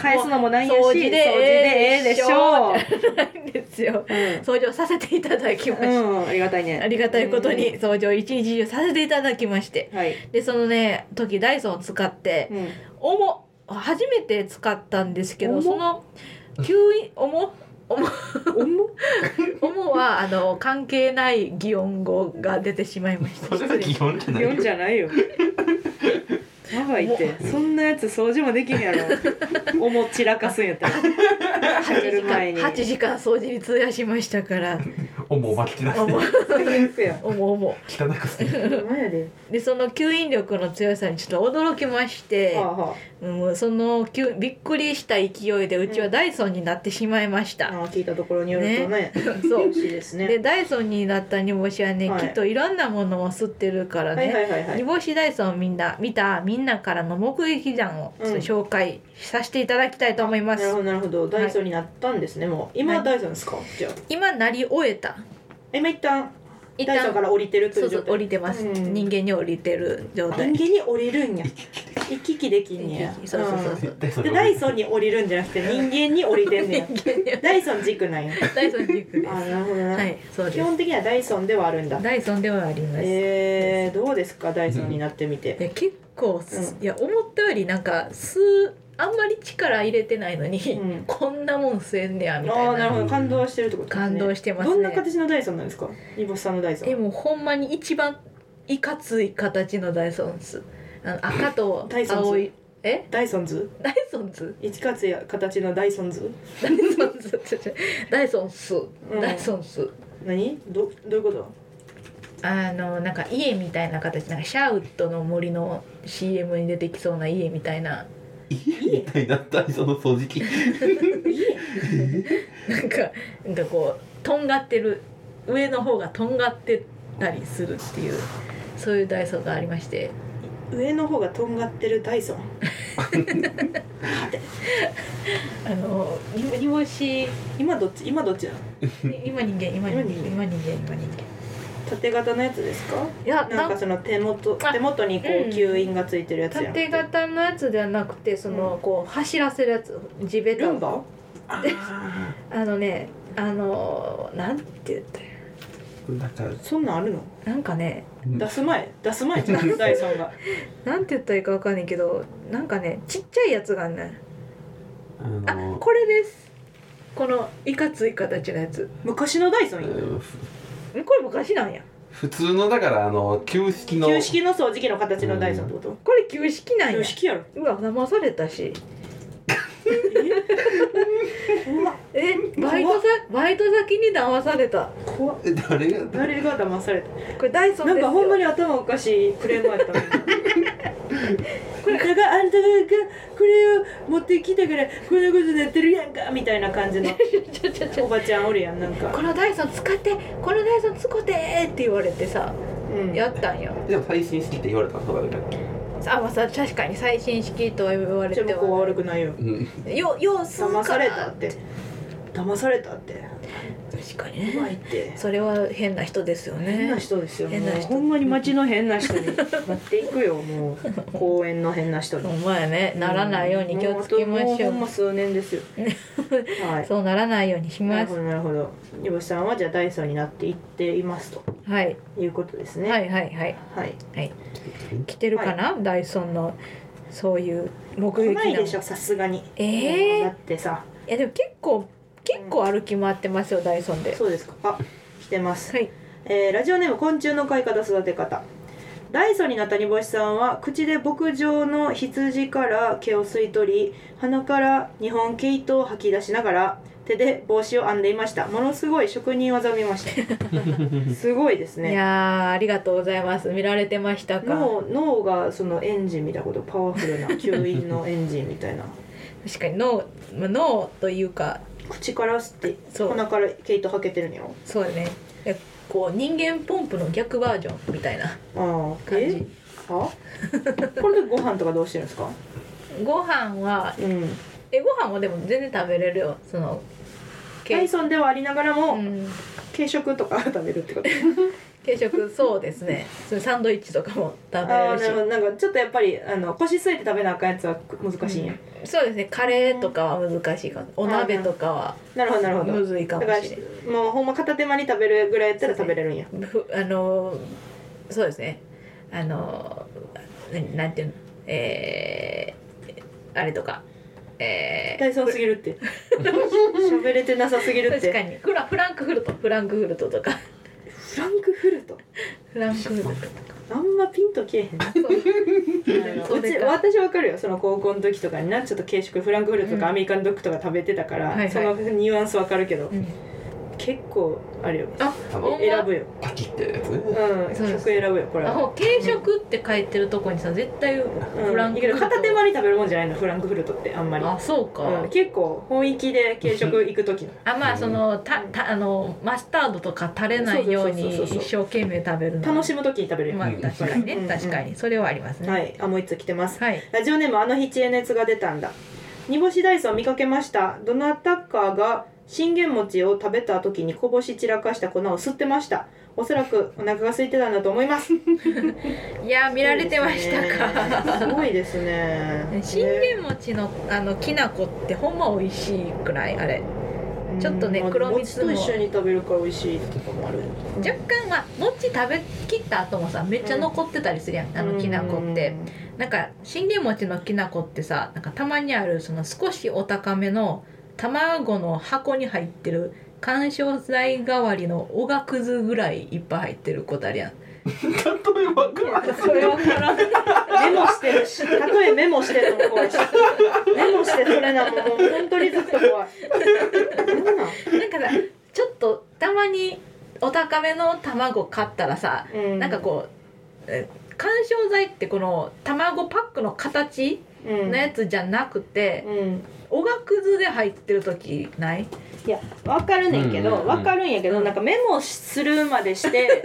[SPEAKER 1] 返すのもなんやし掃
[SPEAKER 2] 掃除
[SPEAKER 1] 除
[SPEAKER 2] で
[SPEAKER 1] で
[SPEAKER 2] え
[SPEAKER 1] え
[SPEAKER 2] え
[SPEAKER 1] え
[SPEAKER 2] で
[SPEAKER 1] で
[SPEAKER 2] し
[SPEAKER 1] し
[SPEAKER 2] ょ
[SPEAKER 1] ょ
[SPEAKER 2] ないんですよ
[SPEAKER 1] う
[SPEAKER 2] 掃除をさせていただきま
[SPEAKER 1] う
[SPEAKER 2] した、
[SPEAKER 1] ん、うん、ありがたいね
[SPEAKER 2] ありがたいことに掃除を一日中させていただきまして
[SPEAKER 1] はい、
[SPEAKER 2] でそのね時ダイソンを使って、
[SPEAKER 1] うん、
[SPEAKER 2] おも初めて使ったんですけ
[SPEAKER 1] お
[SPEAKER 2] ど
[SPEAKER 1] も
[SPEAKER 2] その吸引おも
[SPEAKER 1] 重っ
[SPEAKER 2] おもはあの関係ない擬音語が出てしまいました
[SPEAKER 3] それは基本じゃない
[SPEAKER 1] 読んじゃないよ。やばいって、そんなやつ掃除もできんやろ。おも
[SPEAKER 2] (laughs)
[SPEAKER 1] 散らかすんやったら。
[SPEAKER 2] 8
[SPEAKER 1] る前
[SPEAKER 2] 時
[SPEAKER 1] に
[SPEAKER 2] 間8時間掃除に費やしましたから
[SPEAKER 3] おもう巻き散らして
[SPEAKER 2] 思う
[SPEAKER 1] 最悪や
[SPEAKER 2] 思う思
[SPEAKER 3] 汚くして
[SPEAKER 1] ほんまやで、
[SPEAKER 2] うでその吸引力の強さにちょっと驚きまして、
[SPEAKER 1] はあは
[SPEAKER 2] うん、そのきゅびっくりした勢いでうちはダイソンになってしまいまし
[SPEAKER 1] あ、
[SPEAKER 2] た、
[SPEAKER 1] ああ聞いたところによるとね
[SPEAKER 2] (laughs) そう
[SPEAKER 1] 美味しいですね
[SPEAKER 2] でダイソンになった煮干しはね、
[SPEAKER 1] はい
[SPEAKER 2] きっといろんなものを吸ってるからね、
[SPEAKER 1] はいはいはいはい
[SPEAKER 2] 煮干しダイソンをみんな見たみんなからの目撃談をちょっと紹介させていただきたいと思いま
[SPEAKER 1] な
[SPEAKER 2] す、
[SPEAKER 1] るほどなるほどダイソンになったんですね、もう今は
[SPEAKER 2] はい
[SPEAKER 1] ダイソンですか、じゃあ
[SPEAKER 2] 今なり終えた
[SPEAKER 1] 今一旦
[SPEAKER 2] 一
[SPEAKER 1] ダイソン
[SPEAKER 2] 旦
[SPEAKER 1] から降りてるとい
[SPEAKER 2] そううそ
[SPEAKER 1] 状
[SPEAKER 2] う降
[SPEAKER 1] 態
[SPEAKER 2] りてます、
[SPEAKER 1] うん
[SPEAKER 2] 人間に降りてる状態
[SPEAKER 1] 人間に降りるんや行き来できんねや
[SPEAKER 2] 行き来そうそうそう
[SPEAKER 1] うん
[SPEAKER 3] 絶対そ
[SPEAKER 1] で
[SPEAKER 3] れ
[SPEAKER 1] ダイソンに降りるんじゃなく
[SPEAKER 2] (laughs)
[SPEAKER 1] て人間に降りてんねやダイソン軸なんや
[SPEAKER 2] ダイソンに行く
[SPEAKER 1] (laughs)
[SPEAKER 2] で
[SPEAKER 1] あなるほどな、
[SPEAKER 2] はいそうで
[SPEAKER 1] 基
[SPEAKER 2] す
[SPEAKER 1] 本的にはダイソンではあるんだ
[SPEAKER 2] ダイソンではあります、
[SPEAKER 1] えー、どうですかダイソンになってみて、
[SPEAKER 2] いや結構す、いや思ったよりなんか吸うあんまり力入れてないのに、
[SPEAKER 1] うん
[SPEAKER 2] (laughs) こんなもん吸えんねやみ
[SPEAKER 1] あ
[SPEAKER 2] たい
[SPEAKER 1] あ
[SPEAKER 2] な
[SPEAKER 1] ーなるほど感動してるってことですね
[SPEAKER 2] 感動してますね
[SPEAKER 1] どんな形のダイソンなんですか煮干しさんのダイソン
[SPEAKER 2] でもほんまに一番いかつい形のダイソンズあの赤と
[SPEAKER 1] ダイソンズ
[SPEAKER 2] 青いえ
[SPEAKER 1] ダイソンズ
[SPEAKER 2] ダイソ
[SPEAKER 1] (laughs)
[SPEAKER 2] ンズ
[SPEAKER 1] 一括や形のダイソンズ
[SPEAKER 2] ダイソンズちょちょダイソンス、
[SPEAKER 1] ん
[SPEAKER 2] ダイソンス
[SPEAKER 1] 何どどういうこと
[SPEAKER 2] あのなんか家みたいな形なんかシャウッドの森の CM に出てきそうな家みたいな
[SPEAKER 3] 家みたいになったりその掃除機
[SPEAKER 2] なんかなんかこうとんがってる上の方がとんがってたりするっていうそういうダイソンがありまして
[SPEAKER 1] 上の方がとんがってるダイソン
[SPEAKER 2] あの煮煮干し
[SPEAKER 1] 今どっち今どっちなの
[SPEAKER 2] 今人間今人間
[SPEAKER 1] 今人間
[SPEAKER 2] 今人間今人間
[SPEAKER 1] 縦型のやつですか
[SPEAKER 2] いや
[SPEAKER 1] な
[SPEAKER 2] なんん
[SPEAKER 1] か
[SPEAKER 2] か
[SPEAKER 1] その手元
[SPEAKER 2] あ
[SPEAKER 1] 手元にこ
[SPEAKER 2] う
[SPEAKER 1] うん吸引がついてるやつやん
[SPEAKER 2] 縦型のやつではなくてその、こう走らせるやつ地べた
[SPEAKER 1] ル
[SPEAKER 2] を
[SPEAKER 1] ンバ
[SPEAKER 2] あのねあのなんて言ったらい
[SPEAKER 3] なんか
[SPEAKER 1] そんなんあるの
[SPEAKER 2] いなんかね
[SPEAKER 1] 出す前出す前じゃんダイソンが
[SPEAKER 2] なんて言ったらいいかわかんないけどなんかねちっちゃいやつがね
[SPEAKER 3] あ
[SPEAKER 2] あ
[SPEAKER 3] の
[SPEAKER 2] これですこのいかつい形のやつ
[SPEAKER 1] (laughs) 昔のダイソンよ
[SPEAKER 3] うんふ
[SPEAKER 2] んこれ昔なんや
[SPEAKER 3] 普通のだからあの旧式の
[SPEAKER 1] 旧式の掃除機の形のダイソンってこと
[SPEAKER 2] これ旧式なんや
[SPEAKER 1] 旧式やろ
[SPEAKER 2] うわ騙されたし
[SPEAKER 1] (laughs) うわ
[SPEAKER 2] えバイトさバイト先に騙された
[SPEAKER 1] 怖っ
[SPEAKER 3] え誰が誰
[SPEAKER 1] 誰が騙され
[SPEAKER 2] これダイ
[SPEAKER 1] た
[SPEAKER 2] ソン
[SPEAKER 1] な
[SPEAKER 2] です
[SPEAKER 1] ん
[SPEAKER 2] よ
[SPEAKER 1] かほんまに頭おかしいクレームやっ
[SPEAKER 2] (laughs)
[SPEAKER 1] たみたいなこれあんたがあんたがこれを持ってきたからこんなことなってるやんかみたいな感じの
[SPEAKER 2] ちょちょち
[SPEAKER 1] お
[SPEAKER 2] ょ
[SPEAKER 1] ばちゃんおるやんなん
[SPEAKER 2] こ
[SPEAKER 1] か
[SPEAKER 2] のダイソン使ってこのダイソン使ってって言われてさ
[SPEAKER 1] うん
[SPEAKER 2] やったんよ
[SPEAKER 3] でも最新式って言われたのそうだよね
[SPEAKER 2] あまあさ確かに最新式とは言われ
[SPEAKER 1] じ
[SPEAKER 2] て
[SPEAKER 1] ゃあ向こうは悪くないよ
[SPEAKER 3] うん
[SPEAKER 2] よ様子
[SPEAKER 1] 騙されたって騙されたって
[SPEAKER 2] 確かに
[SPEAKER 1] 怖いっ
[SPEAKER 2] ね
[SPEAKER 1] て
[SPEAKER 2] それは変な人ですよ
[SPEAKER 1] 変な
[SPEAKER 2] ね
[SPEAKER 1] 人ですよもう
[SPEAKER 2] 変な人
[SPEAKER 1] ほんまに街の変な人になっていくよもう公園の変な人
[SPEAKER 2] お
[SPEAKER 1] に
[SPEAKER 2] 前ねならないように気をつけま
[SPEAKER 1] もう
[SPEAKER 2] し
[SPEAKER 1] ほ
[SPEAKER 2] ょ
[SPEAKER 1] んま
[SPEAKER 2] う
[SPEAKER 1] 数年です
[SPEAKER 2] (laughs)
[SPEAKER 1] よはい
[SPEAKER 2] そうならないようにし
[SPEAKER 1] な
[SPEAKER 2] ま
[SPEAKER 1] るほ
[SPEAKER 2] す
[SPEAKER 1] どなるほど煮干しさんはじゃあダイソンになっていっていますと
[SPEAKER 2] はい
[SPEAKER 1] いうことですね
[SPEAKER 2] はいはいはい
[SPEAKER 1] はい
[SPEAKER 2] 来てるかな、ダイソンのそういう目
[SPEAKER 1] 来
[SPEAKER 2] 撃
[SPEAKER 1] ない
[SPEAKER 2] 談
[SPEAKER 1] でしょさすがに
[SPEAKER 2] ええ
[SPEAKER 1] だってさ
[SPEAKER 2] いやでも結構結構歩き回ってますよダイソンで
[SPEAKER 1] そうですかあ来てます
[SPEAKER 2] はい
[SPEAKER 1] えーラジオネーム昆虫の飼い方育て方ダイソンになった煮干しさんは口で牧場の羊から毛を吸い取り鼻から日本毛糸を吐き出しながら手で帽子を編んでいましたものすごい職人技を見ました
[SPEAKER 2] (laughs)
[SPEAKER 1] すごいです
[SPEAKER 2] い
[SPEAKER 1] ね
[SPEAKER 2] やーありがとうございます見られてましたか
[SPEAKER 1] 脳脳がそのエンジンみたいなことパワフル
[SPEAKER 2] (laughs)
[SPEAKER 1] な吸引のエンジンみたいな
[SPEAKER 2] 確かに脳まあ脳というか
[SPEAKER 1] 口から吸って
[SPEAKER 2] そう
[SPEAKER 1] 鼻から毛糸吐けてるんよ
[SPEAKER 2] そうだねえこう人間ポンプの逆バージョンみたいな
[SPEAKER 1] ああ
[SPEAKER 2] 感じ
[SPEAKER 1] はこれでご飯とかどうしてるんですか
[SPEAKER 2] ご飯は
[SPEAKER 1] うん
[SPEAKER 2] えご飯もでも全然食べれるよその
[SPEAKER 1] ダイソンではありながらも、
[SPEAKER 2] うん
[SPEAKER 1] 軽食とか食べるって
[SPEAKER 2] (laughs)
[SPEAKER 1] こと (laughs)
[SPEAKER 2] 軽食そうですねそれサンドイッチとかも食べ
[SPEAKER 1] ああ
[SPEAKER 2] れる
[SPEAKER 1] なるほ
[SPEAKER 2] し
[SPEAKER 1] どなんかちょっとやっぱりあの腰据えて食べなあかんやつは難しいんや、
[SPEAKER 2] そうですねカレーとかは難しいかもお鍋とかは
[SPEAKER 1] なるほどなるほど
[SPEAKER 2] むずいか
[SPEAKER 1] だ
[SPEAKER 2] も
[SPEAKER 1] か
[SPEAKER 2] し
[SPEAKER 1] ら
[SPEAKER 2] れない
[SPEAKER 1] もうほんま片手間に食べるぐらいやったら食べれるんや
[SPEAKER 2] ふあのーそうですねあのーななんていうのえー、あれとかえ
[SPEAKER 1] ダイソンすぎるって
[SPEAKER 2] (laughs)
[SPEAKER 1] 喋れてなさすぎる
[SPEAKER 2] ー、
[SPEAKER 1] って
[SPEAKER 2] 確かにフラフランクフルトフランクフルトとか
[SPEAKER 1] フランクフルト
[SPEAKER 2] フランクフルトとか
[SPEAKER 1] あんまピンとけえへんあのうち私わかるよその高校の時とかになちょっと軽食フランクフルトと
[SPEAKER 2] う
[SPEAKER 1] か
[SPEAKER 2] ん
[SPEAKER 1] アメリカンドッグとか食べてたから、
[SPEAKER 2] はいはい
[SPEAKER 1] そのニュアンスわかるけど、
[SPEAKER 2] うん
[SPEAKER 1] 結構あるよ
[SPEAKER 2] あ
[SPEAKER 3] あ
[SPEAKER 2] ほんま
[SPEAKER 3] の
[SPEAKER 1] 選ぶよ、
[SPEAKER 3] パキってやつね
[SPEAKER 1] うん、
[SPEAKER 2] そうで
[SPEAKER 1] 曲
[SPEAKER 2] す
[SPEAKER 1] 選ぶよこれ
[SPEAKER 2] あ
[SPEAKER 1] は、
[SPEAKER 2] ほう軽食って書いてるとこにさ絶対
[SPEAKER 1] うん、
[SPEAKER 2] フラン
[SPEAKER 1] い
[SPEAKER 2] ク
[SPEAKER 1] いけ
[SPEAKER 2] フル
[SPEAKER 1] ど
[SPEAKER 2] ト
[SPEAKER 1] 片手間に食べるもんじゃないのフランクフルトってあんまり、
[SPEAKER 2] あそうか、
[SPEAKER 1] うん、結構本域で軽食行く時の
[SPEAKER 2] あまあそのたたあのマスタードとか垂れないように
[SPEAKER 1] そうそうそうそう
[SPEAKER 2] 一生懸命食べるの
[SPEAKER 1] 楽しむ時に食べるよ、
[SPEAKER 2] まあ
[SPEAKER 3] うん
[SPEAKER 2] 確かにね、
[SPEAKER 1] うん
[SPEAKER 2] 確かにそれはありますね
[SPEAKER 1] はいあもう一つ来てます
[SPEAKER 2] はい
[SPEAKER 1] ラジオネームあの日知恵熱が出たんだ煮干しダイスを見かけましたどなたかが信玄餅を食べた時にこぼし散らかした粉を吸ってましたおそらくお腹が空いてたんだと思います
[SPEAKER 2] いやー (laughs) 見られてましたか、
[SPEAKER 1] すごいですね
[SPEAKER 2] (laughs) 信玄餅のあのきな粉ってほんま美味しいくらいあれちょっとね
[SPEAKER 1] うん
[SPEAKER 2] 黒蜜も
[SPEAKER 1] 餅と一緒に食べるから美味しいとかもあるうん
[SPEAKER 2] 若干まあ餅食べきった後もさめっちゃ残ってたりするやんあのきな粉
[SPEAKER 1] (laughs)
[SPEAKER 2] ってなんか信玄餅のきな粉ってさなんかたまにあるその少しお高めの卵の箱に入ってる緩衝材代わりのおがくずぐらいいっぱい入ってることあるやん
[SPEAKER 3] 例えばわからん
[SPEAKER 2] それはからん
[SPEAKER 1] メモしてるし、たとえメモしてるのも怖いし、メモしてそれなのももう本当にずっ
[SPEAKER 2] (laughs)
[SPEAKER 1] と怖い。なんなん
[SPEAKER 2] なんかさちょっとたまにお高めの卵買ったらさ
[SPEAKER 1] う
[SPEAKER 2] なんかこうえ緩衝材ってこの卵パックの形
[SPEAKER 1] う、うん
[SPEAKER 2] のやつじゃなくて
[SPEAKER 1] うん、
[SPEAKER 2] おがくずで入ってる時ない
[SPEAKER 1] いや分かるねんけど、
[SPEAKER 3] うんうんうん
[SPEAKER 1] 分かるんやけどなんかメモするまでして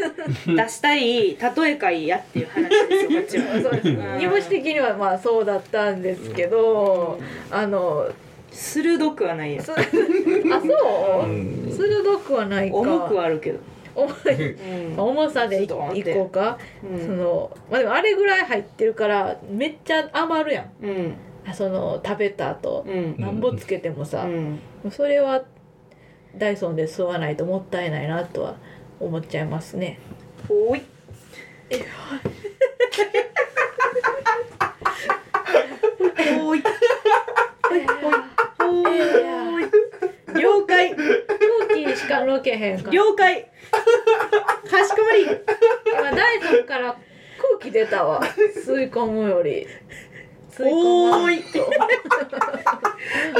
[SPEAKER 1] 出したい例えかいやっていう話ですよこっちは。
[SPEAKER 2] そうです
[SPEAKER 1] うん
[SPEAKER 2] 煮干し的にはまあそうだったんですけど、あの
[SPEAKER 1] 鋭くはないよ
[SPEAKER 2] そ (laughs) あそうう、
[SPEAKER 3] ん
[SPEAKER 2] 鋭くはないか
[SPEAKER 1] 重くはあるけど、
[SPEAKER 2] 重い
[SPEAKER 1] うん
[SPEAKER 2] 重さでいい
[SPEAKER 1] ちょっと待って
[SPEAKER 2] こうか、
[SPEAKER 1] うん
[SPEAKER 2] そのまあでもあれぐらい入ってるからめっちゃ余るやん
[SPEAKER 1] うん
[SPEAKER 2] あその食べた後、
[SPEAKER 1] うん
[SPEAKER 2] なんぼつけてもさ
[SPEAKER 1] う、ん
[SPEAKER 2] それはダイソンで吸わないともったいないなとは思っちゃいますね
[SPEAKER 1] おいおいおいおい了解
[SPEAKER 2] 空気にしか抜けへんから
[SPEAKER 1] 了解かしこまり
[SPEAKER 2] 今ダイソンから空気出た
[SPEAKER 1] (laughs)
[SPEAKER 2] わ吸い込むより吸い込ま
[SPEAKER 1] お
[SPEAKER 2] な
[SPEAKER 1] ー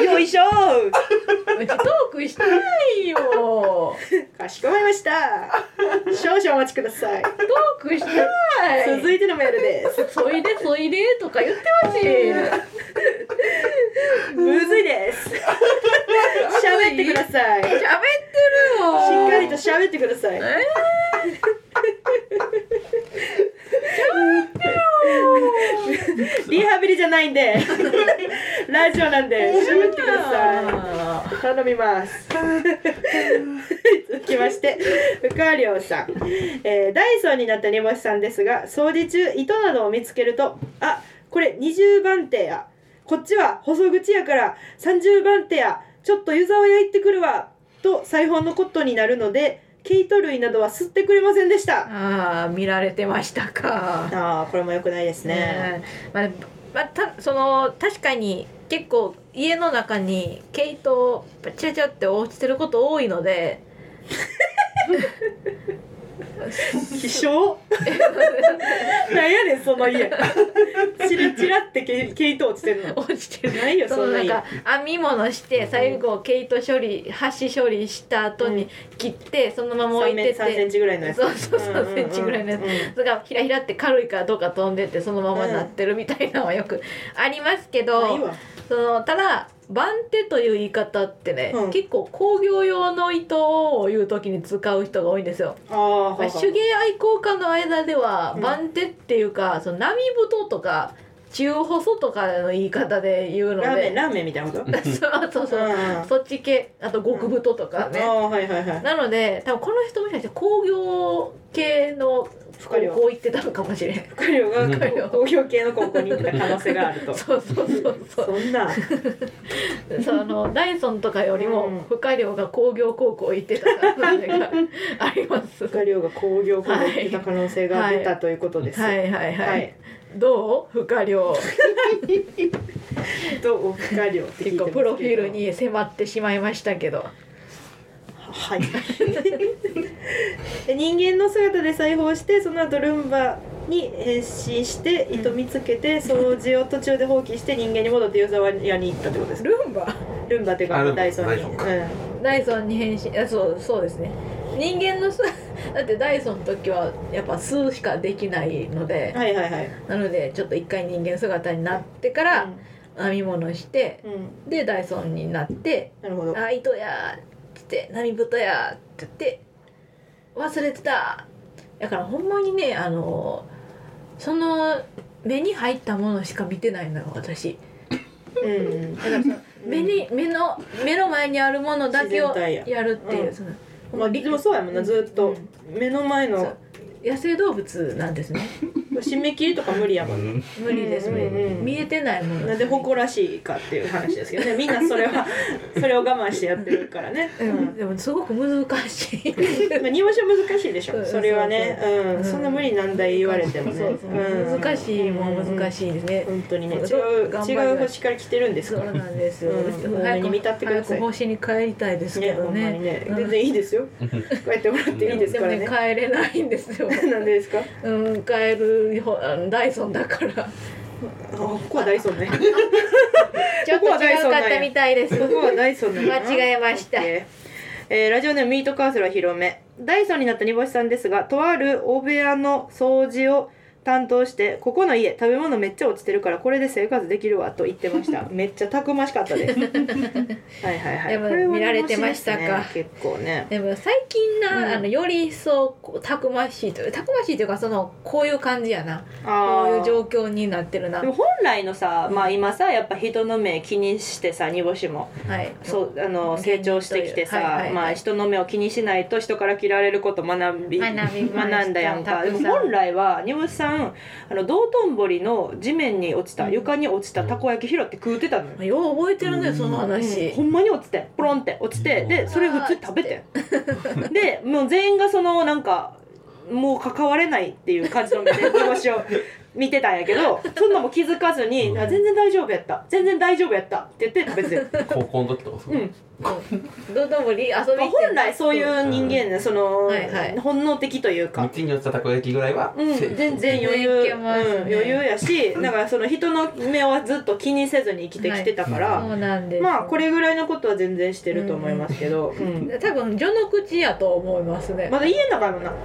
[SPEAKER 1] いよいしょ
[SPEAKER 2] うちトークしてないよ
[SPEAKER 1] かしこまりました少々お待ちください
[SPEAKER 2] トークしてない
[SPEAKER 1] 続いてのメールです
[SPEAKER 2] そいでそいでとか言ってほしい
[SPEAKER 1] むずい
[SPEAKER 2] (laughs)
[SPEAKER 1] です喋ってくださいし
[SPEAKER 2] 喋ってるよ
[SPEAKER 1] っかりと喋ってください
[SPEAKER 2] え
[SPEAKER 1] リハビリじゃないん
[SPEAKER 2] (laughs)
[SPEAKER 1] でラジオなんで喋ってください
[SPEAKER 2] さ
[SPEAKER 1] 頼みます。続きまして、福川亮さん、えーダイソーになった煮干しさんですが、掃除中、糸などを見つけると、あ、これ20番手や。こっちは細口やから30番手や。ちょっと湯沢屋行ってくるわ。と、裁縫のコットンになるので、毛糸類などは吸ってくれませんでした。
[SPEAKER 2] ああ見られてましたか
[SPEAKER 1] ああ、これも良くないですね。
[SPEAKER 2] まあまあ、たその確かに結構家の中に毛糸チラチラって落ちてること多いので
[SPEAKER 1] 気象なんやねん、その家。チラチラって毛毛糸 (laughs) 落ちてるの。
[SPEAKER 2] 落ちてる
[SPEAKER 1] ないよ、
[SPEAKER 2] そ
[SPEAKER 1] そ
[SPEAKER 2] の
[SPEAKER 1] んな
[SPEAKER 2] なん
[SPEAKER 1] 家。
[SPEAKER 2] か編み物して最後毛糸処理端処理した後
[SPEAKER 1] う
[SPEAKER 2] に
[SPEAKER 1] ん
[SPEAKER 2] 切ってそのまま置
[SPEAKER 1] 三
[SPEAKER 2] いて
[SPEAKER 1] メ三セ
[SPEAKER 2] て
[SPEAKER 1] ンチぐらいのやつ。
[SPEAKER 2] そうそう3センチぐらいのやつ
[SPEAKER 1] うんうんうん
[SPEAKER 2] それがひらひらって軽いからどうか飛んでってそのままなってるみたいなのはよくありますけ
[SPEAKER 1] うん。まあいい
[SPEAKER 2] ど
[SPEAKER 1] わ
[SPEAKER 2] そのただ番手という言い方ってね
[SPEAKER 1] うん
[SPEAKER 2] 結構工業用の糸を言う時に使う人が多いんですよ。
[SPEAKER 1] ああ、
[SPEAKER 2] ま
[SPEAKER 1] は
[SPEAKER 2] あ
[SPEAKER 1] いは
[SPEAKER 2] 手芸愛好家の間では
[SPEAKER 1] うん
[SPEAKER 2] 番手っていうかその波太とか中細とかの言い方で言うの
[SPEAKER 1] ラーメン、
[SPEAKER 2] で
[SPEAKER 1] ラーメンみたいなこと。
[SPEAKER 2] (laughs) そうそうそう
[SPEAKER 1] うんうん
[SPEAKER 2] そっち系あと極太とか
[SPEAKER 1] あ
[SPEAKER 2] ね
[SPEAKER 1] あ、はいはいはい。
[SPEAKER 2] なので多分この人もしかして工業系の
[SPEAKER 1] 深
[SPEAKER 2] 高
[SPEAKER 1] 慮
[SPEAKER 2] 校行ってたのかもしれん
[SPEAKER 1] 深慮
[SPEAKER 3] うん
[SPEAKER 2] 深
[SPEAKER 1] が
[SPEAKER 2] 慮
[SPEAKER 1] 工業系の高校に行った可能性があると。
[SPEAKER 2] (laughs) そうそうそうそ
[SPEAKER 1] そんな。
[SPEAKER 2] うそのダイソンとかより
[SPEAKER 1] うん
[SPEAKER 2] も深量が工業高校行ってた可能性があります
[SPEAKER 1] 深慮が工業高校に行った可能性が出たということです。
[SPEAKER 2] はいはいはい、
[SPEAKER 1] はい。
[SPEAKER 2] どう深量
[SPEAKER 1] と、お深慮って聞いてます
[SPEAKER 2] 結
[SPEAKER 1] けど
[SPEAKER 2] 構プロフィール。に迫ってしまいましたけど
[SPEAKER 1] はい。 (laughs) で人間の姿で裁縫して、その後ルンバ。に変身して糸見つけて掃除を途中で放棄して人間に戻って湯沢屋に行ったってことですか
[SPEAKER 2] ルンバ
[SPEAKER 1] ルンバっていう
[SPEAKER 3] あ
[SPEAKER 1] か
[SPEAKER 3] ルンバ
[SPEAKER 1] ダイソンに
[SPEAKER 3] ダイソン
[SPEAKER 1] う
[SPEAKER 3] か
[SPEAKER 1] ん
[SPEAKER 2] ダイソンに変身あそうそうですね人間の数 (laughs) だってダイソンの時はやっぱ数しかできないので
[SPEAKER 1] はいはいはい
[SPEAKER 2] なのでちょっと一回人間姿になってから編み物して
[SPEAKER 1] うん、うん、
[SPEAKER 2] でダイソンになって
[SPEAKER 1] なるほ
[SPEAKER 2] 「
[SPEAKER 1] ど
[SPEAKER 2] あ糸や」っつって「波太や」って言って「忘れてた」だからほんまにねあのその目に入ったものしか見てないのよ私
[SPEAKER 1] うん
[SPEAKER 2] だからその目に目の目の前にあるものだけを
[SPEAKER 1] 自然体や
[SPEAKER 2] やるっていう
[SPEAKER 1] うん
[SPEAKER 2] その
[SPEAKER 1] まあでもそうやもんなずっ
[SPEAKER 2] う
[SPEAKER 1] と
[SPEAKER 2] ん
[SPEAKER 1] 目の前
[SPEAKER 2] そ
[SPEAKER 1] の
[SPEAKER 2] う野生動物なんですね
[SPEAKER 1] 締め切りとか無理やもんな
[SPEAKER 2] 無理です、
[SPEAKER 1] うんうんうん
[SPEAKER 2] 見えてないもの
[SPEAKER 1] なんで誇らしいかっていう話ですけどねみんなそれはそれを我慢してやってるからね、う
[SPEAKER 2] うんん、でもすごく難しい
[SPEAKER 1] まあ、入試は難しいでし
[SPEAKER 2] そ
[SPEAKER 1] ょ (laughs)
[SPEAKER 2] う
[SPEAKER 1] それはね
[SPEAKER 2] そう
[SPEAKER 1] うんそんな無理難題言われてもね
[SPEAKER 2] そうそう
[SPEAKER 1] うん
[SPEAKER 2] 難しいもん難しいですね、
[SPEAKER 1] 本当にね違
[SPEAKER 2] そう
[SPEAKER 1] う
[SPEAKER 2] 頑張ります
[SPEAKER 1] 違う星から来てるんです
[SPEAKER 2] そ
[SPEAKER 1] か
[SPEAKER 2] う
[SPEAKER 1] ら
[SPEAKER 2] なんですよ。
[SPEAKER 1] うん
[SPEAKER 2] 早
[SPEAKER 1] もう
[SPEAKER 2] く
[SPEAKER 1] 見立ってください
[SPEAKER 2] 早く星に帰りたいですけ
[SPEAKER 1] ね
[SPEAKER 2] ど
[SPEAKER 1] ほんまに
[SPEAKER 2] ね。
[SPEAKER 1] ね
[SPEAKER 2] うん
[SPEAKER 1] 全然いいですよこうやってもらっていいですから
[SPEAKER 2] で
[SPEAKER 1] ね
[SPEAKER 2] もね帰れないんですよ。
[SPEAKER 1] (laughs) なんでですか
[SPEAKER 2] うん帰るよあのダイソンだから。
[SPEAKER 1] あ (laughs) こ (laughs) こはダイソンね
[SPEAKER 2] ちょっと違うかったみたいです。
[SPEAKER 1] ここはダイソンなんやな
[SPEAKER 2] 間違えました。
[SPEAKER 1] えーえーラジオネームミートカーソルは広めダイソンになった煮干しさんですがとあるお部屋の掃除を担当してここの家食べ物めっちゃ落ちてるからこれで生活できるわと言ってま
[SPEAKER 2] (laughs)
[SPEAKER 1] しためっちゃたくましかったですはいはいはい
[SPEAKER 2] でも
[SPEAKER 1] こは
[SPEAKER 2] 見られてましたか
[SPEAKER 1] 煮干しですね結構ね
[SPEAKER 2] でも最近な、
[SPEAKER 1] うん
[SPEAKER 2] あのより一層こうたくましいというたくましいというかそのこういう感じやなこういう
[SPEAKER 1] 況
[SPEAKER 2] 状況になってるな
[SPEAKER 1] でも本来のさ、まあ、今さやっぱ人の目気にしてさ煮干しも
[SPEAKER 2] はい
[SPEAKER 1] そうあの
[SPEAKER 2] 現
[SPEAKER 1] 成長してきてさ、
[SPEAKER 2] というはいはい
[SPEAKER 1] まあ、人の目を気にしないと人から嫌われることを学び
[SPEAKER 2] 学びました
[SPEAKER 1] 学んだやん
[SPEAKER 2] た
[SPEAKER 1] かで
[SPEAKER 2] くさ
[SPEAKER 1] も
[SPEAKER 2] ん
[SPEAKER 1] 本来は煮干しさんあの道頓堀の地面に落ちた、
[SPEAKER 2] うん
[SPEAKER 1] 床に落ちたたこ焼き拾って食うてたのよ、
[SPEAKER 2] よう覚えてるねその話、
[SPEAKER 1] うんほんまに落ちてポロンって落ちて
[SPEAKER 3] うん
[SPEAKER 1] でそれ普通に食べてんでもう全員がそのなんかもう関われないっていう感じの目で煮干しを見てたんやけ
[SPEAKER 2] (laughs)
[SPEAKER 1] どそんなも気づかずに「
[SPEAKER 3] うん
[SPEAKER 1] あ全然大丈夫やった全然大丈夫やった」って言って食べ
[SPEAKER 2] (laughs)
[SPEAKER 1] てて
[SPEAKER 3] 高校の時とかそううん
[SPEAKER 2] どうどうもり遊びに行って
[SPEAKER 1] 本来そういう人間ねその、
[SPEAKER 2] はいはい
[SPEAKER 1] 本能的という
[SPEAKER 3] 道
[SPEAKER 1] か、
[SPEAKER 3] に落ちたたこ焼きぐらいは
[SPEAKER 1] うん、
[SPEAKER 3] セーフ
[SPEAKER 1] 全然余裕、
[SPEAKER 2] いけ
[SPEAKER 1] うん、
[SPEAKER 2] ますね
[SPEAKER 1] 余裕やしだからその人の目はずっと気にせずに生きてきてたから、
[SPEAKER 3] は
[SPEAKER 2] そうなんです
[SPEAKER 1] まあこれぐらいのことは全然してると思いますけど、うん
[SPEAKER 2] 多分序の口やと思いますね、
[SPEAKER 1] まだ家の中やもんなこ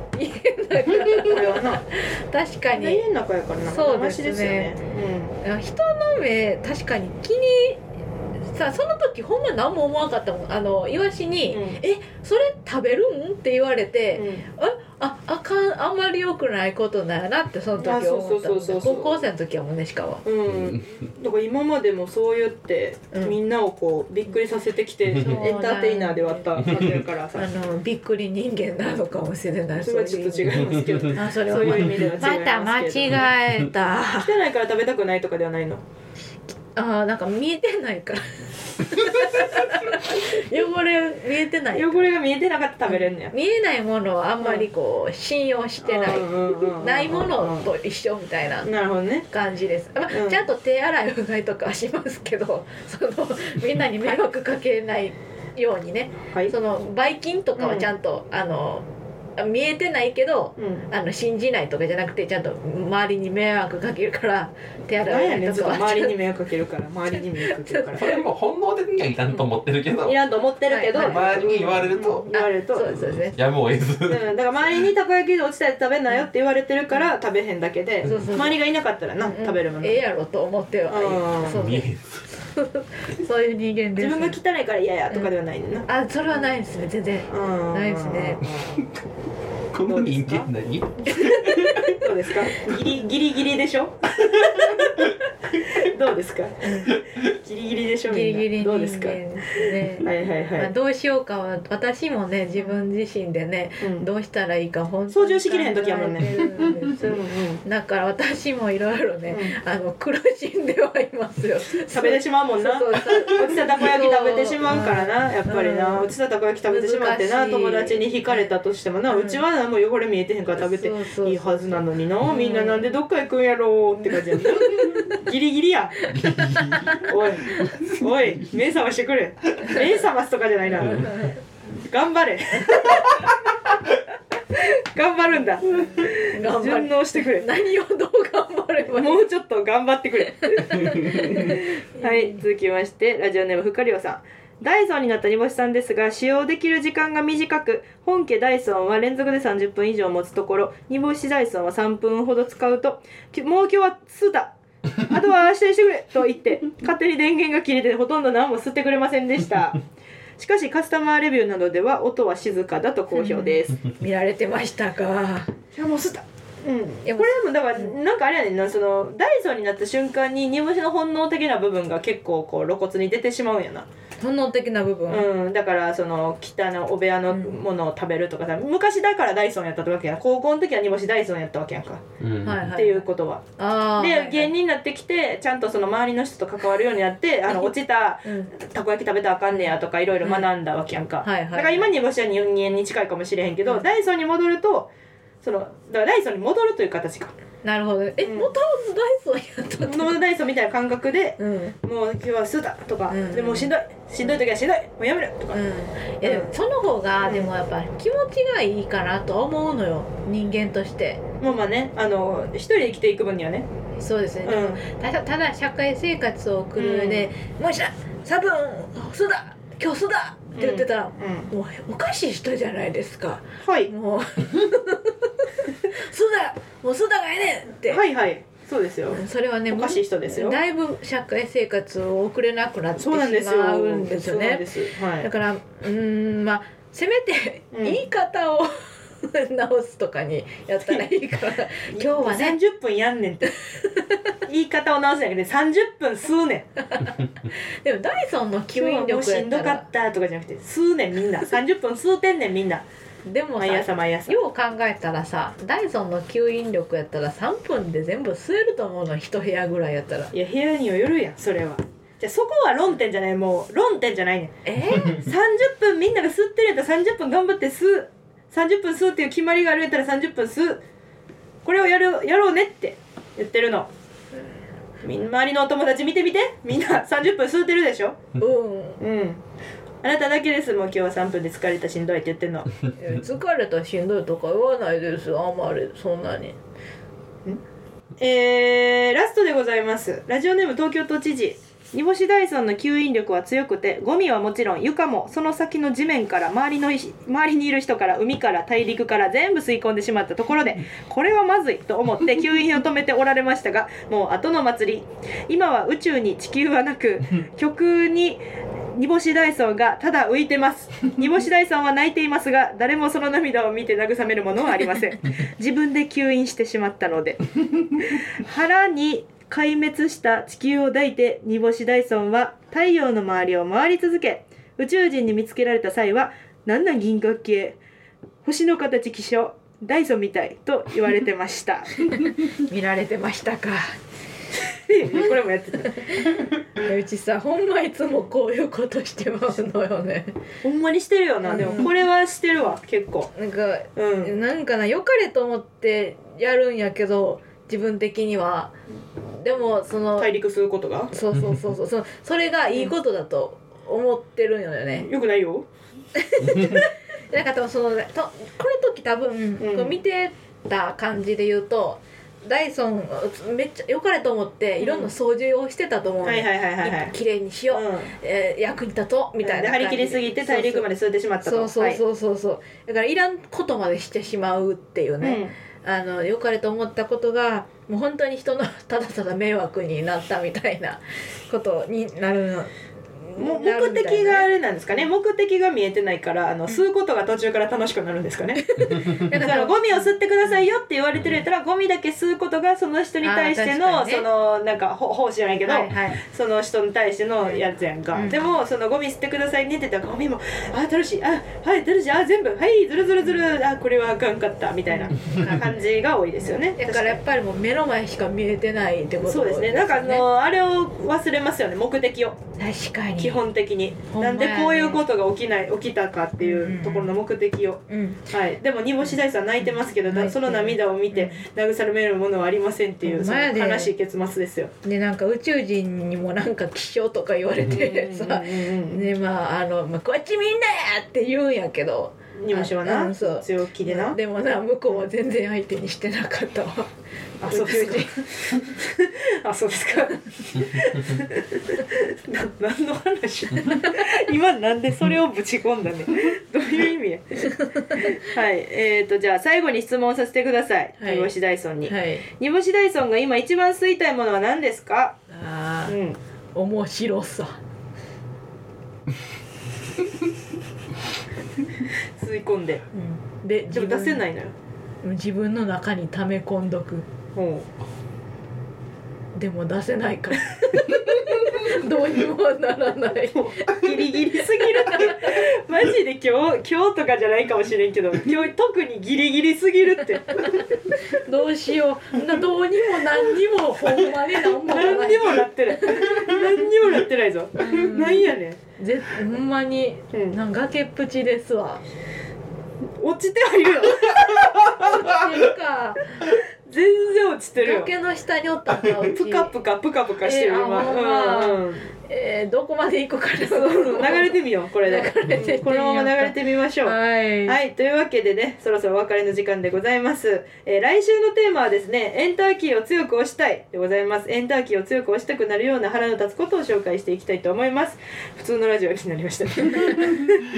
[SPEAKER 1] れはな
[SPEAKER 2] (laughs) 確か
[SPEAKER 1] まだ
[SPEAKER 2] に
[SPEAKER 1] 家の中やからな
[SPEAKER 2] そう
[SPEAKER 1] ま
[SPEAKER 2] で
[SPEAKER 1] し
[SPEAKER 2] すね
[SPEAKER 1] ですよね、
[SPEAKER 2] 人の目確かに気にさその時ほんま何も思わんかったもんあのイワシに「
[SPEAKER 1] うん
[SPEAKER 2] えそれ食べるん?」って言われて、
[SPEAKER 1] うん
[SPEAKER 2] ああかんあんまり良くないことなんやなってその時
[SPEAKER 1] あそう
[SPEAKER 2] 思ったも
[SPEAKER 1] そう
[SPEAKER 2] ん
[SPEAKER 1] そう
[SPEAKER 2] ね
[SPEAKER 1] そう
[SPEAKER 2] 高校生の時はもうねしかは
[SPEAKER 1] うんうんだから今までもそう言って、
[SPEAKER 2] うん
[SPEAKER 1] みんなをこうびっくりさせてきて、
[SPEAKER 3] うん
[SPEAKER 1] エンターテイナーで割ったわけやから
[SPEAKER 2] あ
[SPEAKER 1] さ
[SPEAKER 2] のびっくり人間なのかもしれない
[SPEAKER 1] それはちょっと
[SPEAKER 2] う
[SPEAKER 1] 違いますけど
[SPEAKER 2] 意味あそれは
[SPEAKER 1] そういう意味では違います
[SPEAKER 2] ま
[SPEAKER 1] けど
[SPEAKER 2] た間違えた
[SPEAKER 1] 汚いから食べたくないとかではないの
[SPEAKER 2] あーなんか見えてないから汚れ見えてない
[SPEAKER 1] 汚れが見えてなかったら食べれんのや
[SPEAKER 2] 見えないものをあんまりこう信用してない、ないものと一緒みたいな
[SPEAKER 1] なるほどね
[SPEAKER 2] 感じです、まあ
[SPEAKER 1] うん
[SPEAKER 2] ちゃんと手洗いうがいとかはしますけど (laughs) そのみんなに迷惑かけないようにね
[SPEAKER 1] はい
[SPEAKER 2] そのばい菌とかはちゃんと、あの見えてないけど
[SPEAKER 1] うん
[SPEAKER 2] あの信じないとかじゃなくてちゃんと周りに迷惑かけるから手
[SPEAKER 1] なん
[SPEAKER 2] 洗
[SPEAKER 1] や
[SPEAKER 2] い
[SPEAKER 1] ね
[SPEAKER 2] うんがい
[SPEAKER 1] ちょ
[SPEAKER 2] と
[SPEAKER 1] っ
[SPEAKER 2] か
[SPEAKER 1] と
[SPEAKER 2] は
[SPEAKER 1] 周りに迷惑かけるから周りに迷惑かけるか
[SPEAKER 3] それも本能的にはいらんと思ってるけど
[SPEAKER 1] らいらんと思ってるけど、
[SPEAKER 2] は
[SPEAKER 1] うん
[SPEAKER 2] いは
[SPEAKER 3] 周りに言われると
[SPEAKER 1] 言われると
[SPEAKER 2] そうですそうですね
[SPEAKER 3] やむを得ず
[SPEAKER 1] うん、だから周りにたこ焼きで落ちたやつ食べんなよって言われてるから食べへんだけで
[SPEAKER 2] そうそう
[SPEAKER 1] 周りがいなかったらな食べるも
[SPEAKER 2] うん
[SPEAKER 1] の
[SPEAKER 2] ええやろと思ってはいる
[SPEAKER 1] うん
[SPEAKER 2] そう
[SPEAKER 3] 見え
[SPEAKER 2] で
[SPEAKER 3] ず
[SPEAKER 2] すそういう人間で
[SPEAKER 1] 自分
[SPEAKER 2] す
[SPEAKER 1] が汚いから嫌やとかではないねんな
[SPEAKER 2] あそれはないですね全然
[SPEAKER 1] うん
[SPEAKER 2] ないですね
[SPEAKER 3] この人間何
[SPEAKER 1] どうですかギリギリギリでし (laughs) ょどうですかギリギリでしょ
[SPEAKER 2] ギ
[SPEAKER 1] み
[SPEAKER 2] リ
[SPEAKER 1] ん
[SPEAKER 2] ギリ
[SPEAKER 1] など
[SPEAKER 2] 人間
[SPEAKER 1] うですかはい
[SPEAKER 2] ですね
[SPEAKER 1] はいは
[SPEAKER 2] まあ、
[SPEAKER 1] い
[SPEAKER 2] どうしようかは私もね自分自身でね
[SPEAKER 1] うん
[SPEAKER 2] どうしたらいいか本
[SPEAKER 1] 操縦しきれへん時やもんね
[SPEAKER 2] 考えてるんです
[SPEAKER 1] うんうん
[SPEAKER 2] だから私もいろいろね、あの苦しんではいますよ
[SPEAKER 1] 食べてしまうもんな
[SPEAKER 2] そうそう
[SPEAKER 1] 落ちたたこ焼き食べてしまうからなやっぱりな
[SPEAKER 2] うん
[SPEAKER 1] 落ちたたこ焼き食べてしまってな
[SPEAKER 2] 難しい
[SPEAKER 1] 友達に惹かれたとしてもな
[SPEAKER 2] うん
[SPEAKER 1] うちはなもう汚れ見えてへんから食べて
[SPEAKER 2] そうそうそう
[SPEAKER 1] いいはずなのにな
[SPEAKER 2] うん
[SPEAKER 1] みんななんでどっか行くんやろうって感じや
[SPEAKER 2] (laughs)
[SPEAKER 1] なギリギリやおいおい目覚ましてくれ目覚ますとかじゃないな頑張れ
[SPEAKER 2] (laughs)
[SPEAKER 1] 頑張るんだ
[SPEAKER 2] 頑張る
[SPEAKER 1] 順応してくれ
[SPEAKER 2] 何をどう頑張ればいい
[SPEAKER 1] (laughs) もうちょっと頑張ってくれ。はい、続きまして、ラジオネームふかりょうさん。ダイソンになった煮干しさんですが使用できる時間が短く本家ダイソンは連続で30分以上持つところ煮干しダイソンは3分ほど使うと「きもう今日は酢だ」あとは明日にしてくれと言って勝手に電源が切れてほとんど何も吸ってくれませんでしたしかしカスタマーレビューなどでは音は静かだと好評です
[SPEAKER 2] 見られてましたか
[SPEAKER 1] いやもう吸ったうん、こ
[SPEAKER 2] で
[SPEAKER 1] れ
[SPEAKER 2] も
[SPEAKER 1] でもだからなんかあれやねんなそのダイソンになった瞬間に煮干しの本能的な部分が結構こう露骨に出てしまうんやな
[SPEAKER 2] 本能的な部分、
[SPEAKER 1] うん、だからその北のお部屋のものを食べるとかさ、昔だからダイソンやったわけやん高校の時は煮干しダイソンやったわけやんか、
[SPEAKER 3] うん
[SPEAKER 2] はいはい
[SPEAKER 1] っていうことは
[SPEAKER 2] あーはいは
[SPEAKER 1] で
[SPEAKER 2] い
[SPEAKER 1] 芸人になってきてちゃんとその周りの人と関わるようになってあの落ちた
[SPEAKER 2] うん
[SPEAKER 1] たこ焼き食べたらあかんねやとかいろいろ学んだわけやんか、
[SPEAKER 2] はいはいはい
[SPEAKER 1] だから今煮干しは人間に近いかもしれへんけど、
[SPEAKER 2] うん
[SPEAKER 1] ダイソンに戻るとそのだからダイソンに戻るという形か
[SPEAKER 2] なるほどえ
[SPEAKER 1] うん
[SPEAKER 2] 元々ダイソン
[SPEAKER 1] (laughs)
[SPEAKER 2] やった
[SPEAKER 1] ノーダイソンみたいな感覚で
[SPEAKER 2] うん
[SPEAKER 1] もう今日は吸ったとか、
[SPEAKER 2] うん
[SPEAKER 1] でもうしんどいしんどい時はしんどいもうやめるとか、
[SPEAKER 2] うん、いやでもその方がでもやっぱ気持ちがいいかなとは思うのよ人間として
[SPEAKER 1] まあまあねあの一人で生きていく分にはね、
[SPEAKER 2] そうですね、でも
[SPEAKER 1] うん
[SPEAKER 2] ただただ社会生活を送る上で「もう一度サブンそうだ今日そうだ!」って言ってたら、
[SPEAKER 1] うん、
[SPEAKER 2] もうおかしい人じゃないですか
[SPEAKER 1] はい
[SPEAKER 2] もう (laughs) 「そうだもうそうだがええねん!」って、
[SPEAKER 1] はいはいそうですよ
[SPEAKER 2] それはね
[SPEAKER 1] おかしい人ですよ
[SPEAKER 2] だいぶ社会生活を送れなくなってし
[SPEAKER 1] そう
[SPEAKER 2] ま
[SPEAKER 1] なんですよ
[SPEAKER 2] うんですよ
[SPEAKER 1] そうなん
[SPEAKER 2] ね
[SPEAKER 1] ですは
[SPEAKER 2] だ
[SPEAKER 1] い
[SPEAKER 2] からうーんまあせめて
[SPEAKER 1] うん
[SPEAKER 2] 言い方を (laughs) 直すとかにやったらい
[SPEAKER 1] (laughs)
[SPEAKER 2] いから今日はね
[SPEAKER 1] 30分やんねんって
[SPEAKER 2] (laughs)
[SPEAKER 1] 言い方を直すんやけど30分数年
[SPEAKER 2] でもダイソンの吸
[SPEAKER 1] 今日は
[SPEAKER 2] 引
[SPEAKER 1] もう
[SPEAKER 2] 力
[SPEAKER 1] し
[SPEAKER 2] やっ
[SPEAKER 1] んど
[SPEAKER 2] た
[SPEAKER 1] からったとかじゃなくて数年みんな30分数てんねんみんな
[SPEAKER 2] でもさ
[SPEAKER 1] 毎朝毎朝
[SPEAKER 2] よう考えたらさダイソンの吸引力やったら3分で全部吸えると思うの一部屋ぐらいやったら
[SPEAKER 1] いや部屋によるやんそれはじゃあそこは論点じゃないもう論点じゃないねん
[SPEAKER 2] え
[SPEAKER 1] (laughs) 30分みんなが吸ってるやったら30分頑張って吸う30分吸うっていう決まりがあるやったら30分吸うこれをやるやろうねって言ってるのみん周りのお友達見てみてみんな30分吸うてるでしょ
[SPEAKER 2] ー、う
[SPEAKER 1] うんあなただけですもう今日は3分で疲れたしんどいって言ってんの
[SPEAKER 2] ん疲れたらしんどいとか言わないですあんまりそんなに
[SPEAKER 1] えー、ラストでございますラジオネーム東京都知事煮干しダイソンの吸引力は強くてゴミはもちろん床もその先の地面から周りの石周りにいる人から海から大陸から全部吸い込んでしまったところでこれはまずいと思って吸引を止めておられましたがもう後の祭り今は宇宙に地球はなく曲に煮干し大尊がただ浮いてます煮干し大尊は泣いていますが誰もその涙を見て慰めるものはありません自分で吸引してしまったので腹に壊滅した地球を抱いて煮干しダイソンは太陽の周りを回り続け宇宙人に見つけられた際は「なんなん銀河系星の形気象ダイソンみたい」と言われてました (laughs)
[SPEAKER 2] 見られてましたか
[SPEAKER 1] これもやってた
[SPEAKER 2] うちさほんまいつもこういうことしてますのよね
[SPEAKER 1] ほんまにしてるよなでもこれはしてるわ結構
[SPEAKER 2] なんか
[SPEAKER 1] うん
[SPEAKER 2] なんかな良かれと思ってやるんやけど自分的にはでもその
[SPEAKER 1] 大陸することが
[SPEAKER 2] そうそうそうそうそのそれがいいことだと思ってるんよね
[SPEAKER 1] よくないよ
[SPEAKER 2] なんか多分そのとこの時多分、
[SPEAKER 1] うん
[SPEAKER 2] こう見てた感じで言うとダイソンめっちゃ良かれと思っていろんな掃除をしてたと思うの、
[SPEAKER 1] はいはいはいはいはい
[SPEAKER 2] 綺麗にしよう、
[SPEAKER 1] うん
[SPEAKER 2] えー役に立とうみたい
[SPEAKER 1] で
[SPEAKER 2] な
[SPEAKER 1] 張
[SPEAKER 2] 感じ
[SPEAKER 1] り切りすぎて大陸まで吸えてしまったと
[SPEAKER 2] そうそうそうそうそう、だからいらんことまでしてしまうっていう
[SPEAKER 1] はい
[SPEAKER 2] ね、あの良かれと思ったことがもう本当に人のただただ迷惑になったみたいな (laughs) ことになるの
[SPEAKER 1] うんも
[SPEAKER 2] な
[SPEAKER 1] 目
[SPEAKER 2] るみたい
[SPEAKER 1] 的
[SPEAKER 2] な
[SPEAKER 1] が
[SPEAKER 2] ね
[SPEAKER 1] あれなんですかね目的が見えてないからあの
[SPEAKER 2] ん
[SPEAKER 1] 吸うことが途中から楽しくなるんです
[SPEAKER 2] (laughs)
[SPEAKER 1] かね
[SPEAKER 2] だ
[SPEAKER 1] だ
[SPEAKER 2] か
[SPEAKER 1] かららゴミを吸ってくださいよって言われてるやったらゴミだけ吸うことがその人に対して
[SPEAKER 2] あー
[SPEAKER 1] の、
[SPEAKER 2] 確かにね
[SPEAKER 1] そのなんかほ奉仕じゃないけど、
[SPEAKER 2] はいはい
[SPEAKER 1] (laughs) その人に対してのやつやんか、
[SPEAKER 2] うん
[SPEAKER 1] でもそのゴミ捨てくださいねって言ったらゴミも「あー楽しいあはい楽しいあー全部はいずるずるずるあーこれはあかんかった」みたいな感じが多いですよね。
[SPEAKER 2] (laughs) だからやっぱりもう目の前しか見えてないってこと
[SPEAKER 1] そうですねなんかあのあれを忘れますよね目的を
[SPEAKER 2] 確かに
[SPEAKER 1] 基本的に、
[SPEAKER 2] ほんま
[SPEAKER 1] な
[SPEAKER 2] や
[SPEAKER 1] ん
[SPEAKER 2] ね
[SPEAKER 1] でこういうことが起きない起きたかって
[SPEAKER 2] んうん
[SPEAKER 1] いううんところの目的を、
[SPEAKER 2] うん
[SPEAKER 1] はい、でも煮干し大さん泣いてますけど、だ
[SPEAKER 2] 泣いてる
[SPEAKER 1] その涙を見て慰めるものはありませんっていう
[SPEAKER 2] ほん
[SPEAKER 1] そ
[SPEAKER 2] ま
[SPEAKER 1] の
[SPEAKER 2] やで
[SPEAKER 1] 悲しい結末ですよ。
[SPEAKER 2] でなんか宇宙人にもなんか気
[SPEAKER 1] (laughs)
[SPEAKER 2] 象 (laughs) とか言われてさ、
[SPEAKER 1] うんうんうんうん
[SPEAKER 2] ねまああの、まあ、こっちみんなやって言うんやけど
[SPEAKER 1] にもしはな、
[SPEAKER 2] うんそう
[SPEAKER 1] 強気でな、
[SPEAKER 2] でもな向こうは全然相手にしてなかったわ
[SPEAKER 1] あそうですか (laughs) あそうですか (laughs) な何の話 (laughs) 今なんでそれをぶち込んだね (laughs) どういう意味や (laughs) はいえー、とじゃあ最後に質問させてください
[SPEAKER 2] はい
[SPEAKER 1] 煮干し大尊に、
[SPEAKER 2] はい
[SPEAKER 1] 煮干し大尊が今一番吸いたいものは何ですか
[SPEAKER 2] あ
[SPEAKER 1] う
[SPEAKER 2] ー
[SPEAKER 1] ん
[SPEAKER 2] 面白さ
[SPEAKER 1] 吸い込んで
[SPEAKER 2] うんで
[SPEAKER 1] でも出せないいのよ
[SPEAKER 2] 自分の中に溜め込んどく
[SPEAKER 1] ほ
[SPEAKER 2] でも出せな
[SPEAKER 1] (laughs)
[SPEAKER 2] いからどうにもならないう
[SPEAKER 1] もうギリギリすぎるってマジで今日 (laughs) 今日とかじゃないかもしれんけど今日特にギリギリすぎるって
[SPEAKER 2] どうしようなどうにも何にもほんまに何もない
[SPEAKER 1] 何にもなってない何にもなってないぞ
[SPEAKER 2] うん
[SPEAKER 1] なんやねん
[SPEAKER 2] ぜほんまに
[SPEAKER 1] うん
[SPEAKER 2] なんか崖っぷちですわ
[SPEAKER 1] 落ちてはいるよ
[SPEAKER 2] っていうか
[SPEAKER 1] 全然落ちてるよ
[SPEAKER 2] 崖の下におったんだうち
[SPEAKER 1] プカプカプカプカしてる
[SPEAKER 2] えーあ
[SPEAKER 1] 今、
[SPEAKER 2] ほんま
[SPEAKER 1] うんうん
[SPEAKER 2] えーどこまで行くかな
[SPEAKER 1] 流れてみようこれで
[SPEAKER 2] 流れてみよう
[SPEAKER 1] このまま流れてみましょうは
[SPEAKER 2] はい
[SPEAKER 1] い、というわけでねそろそろお別れの時間でございます、えー来週のテーマはですねエンターキーを強く押したいでございますエンターキーを強く押したくなるような腹の立つことを紹介していきたいと思います普通のラジオになりましたね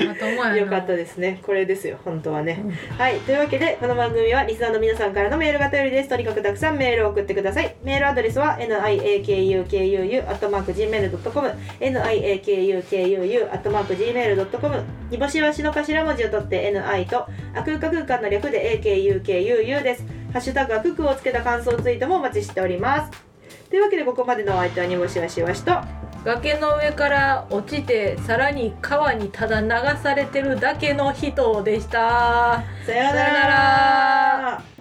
[SPEAKER 2] まともやな
[SPEAKER 1] よかったですねこれですよ本当はねはい、というわけでこの番組はリスナーの皆さんからのメールが頼りですとにかくたくさんメールを送ってくださいメールアドレスは niakukuu.gmail.com niakukuu.gmail.com 煮干しはしの頭文字を取って ni とあくうか空間の略で akukuu ですハッシュタグはくくをつけた感想ツイートもお待ちしておりますというわけでここまでのお相手は煮干しわしわしと
[SPEAKER 2] 崖の上から落ちてさらに川にただ流されてるだけの人でした
[SPEAKER 1] さような
[SPEAKER 2] さような
[SPEAKER 1] ら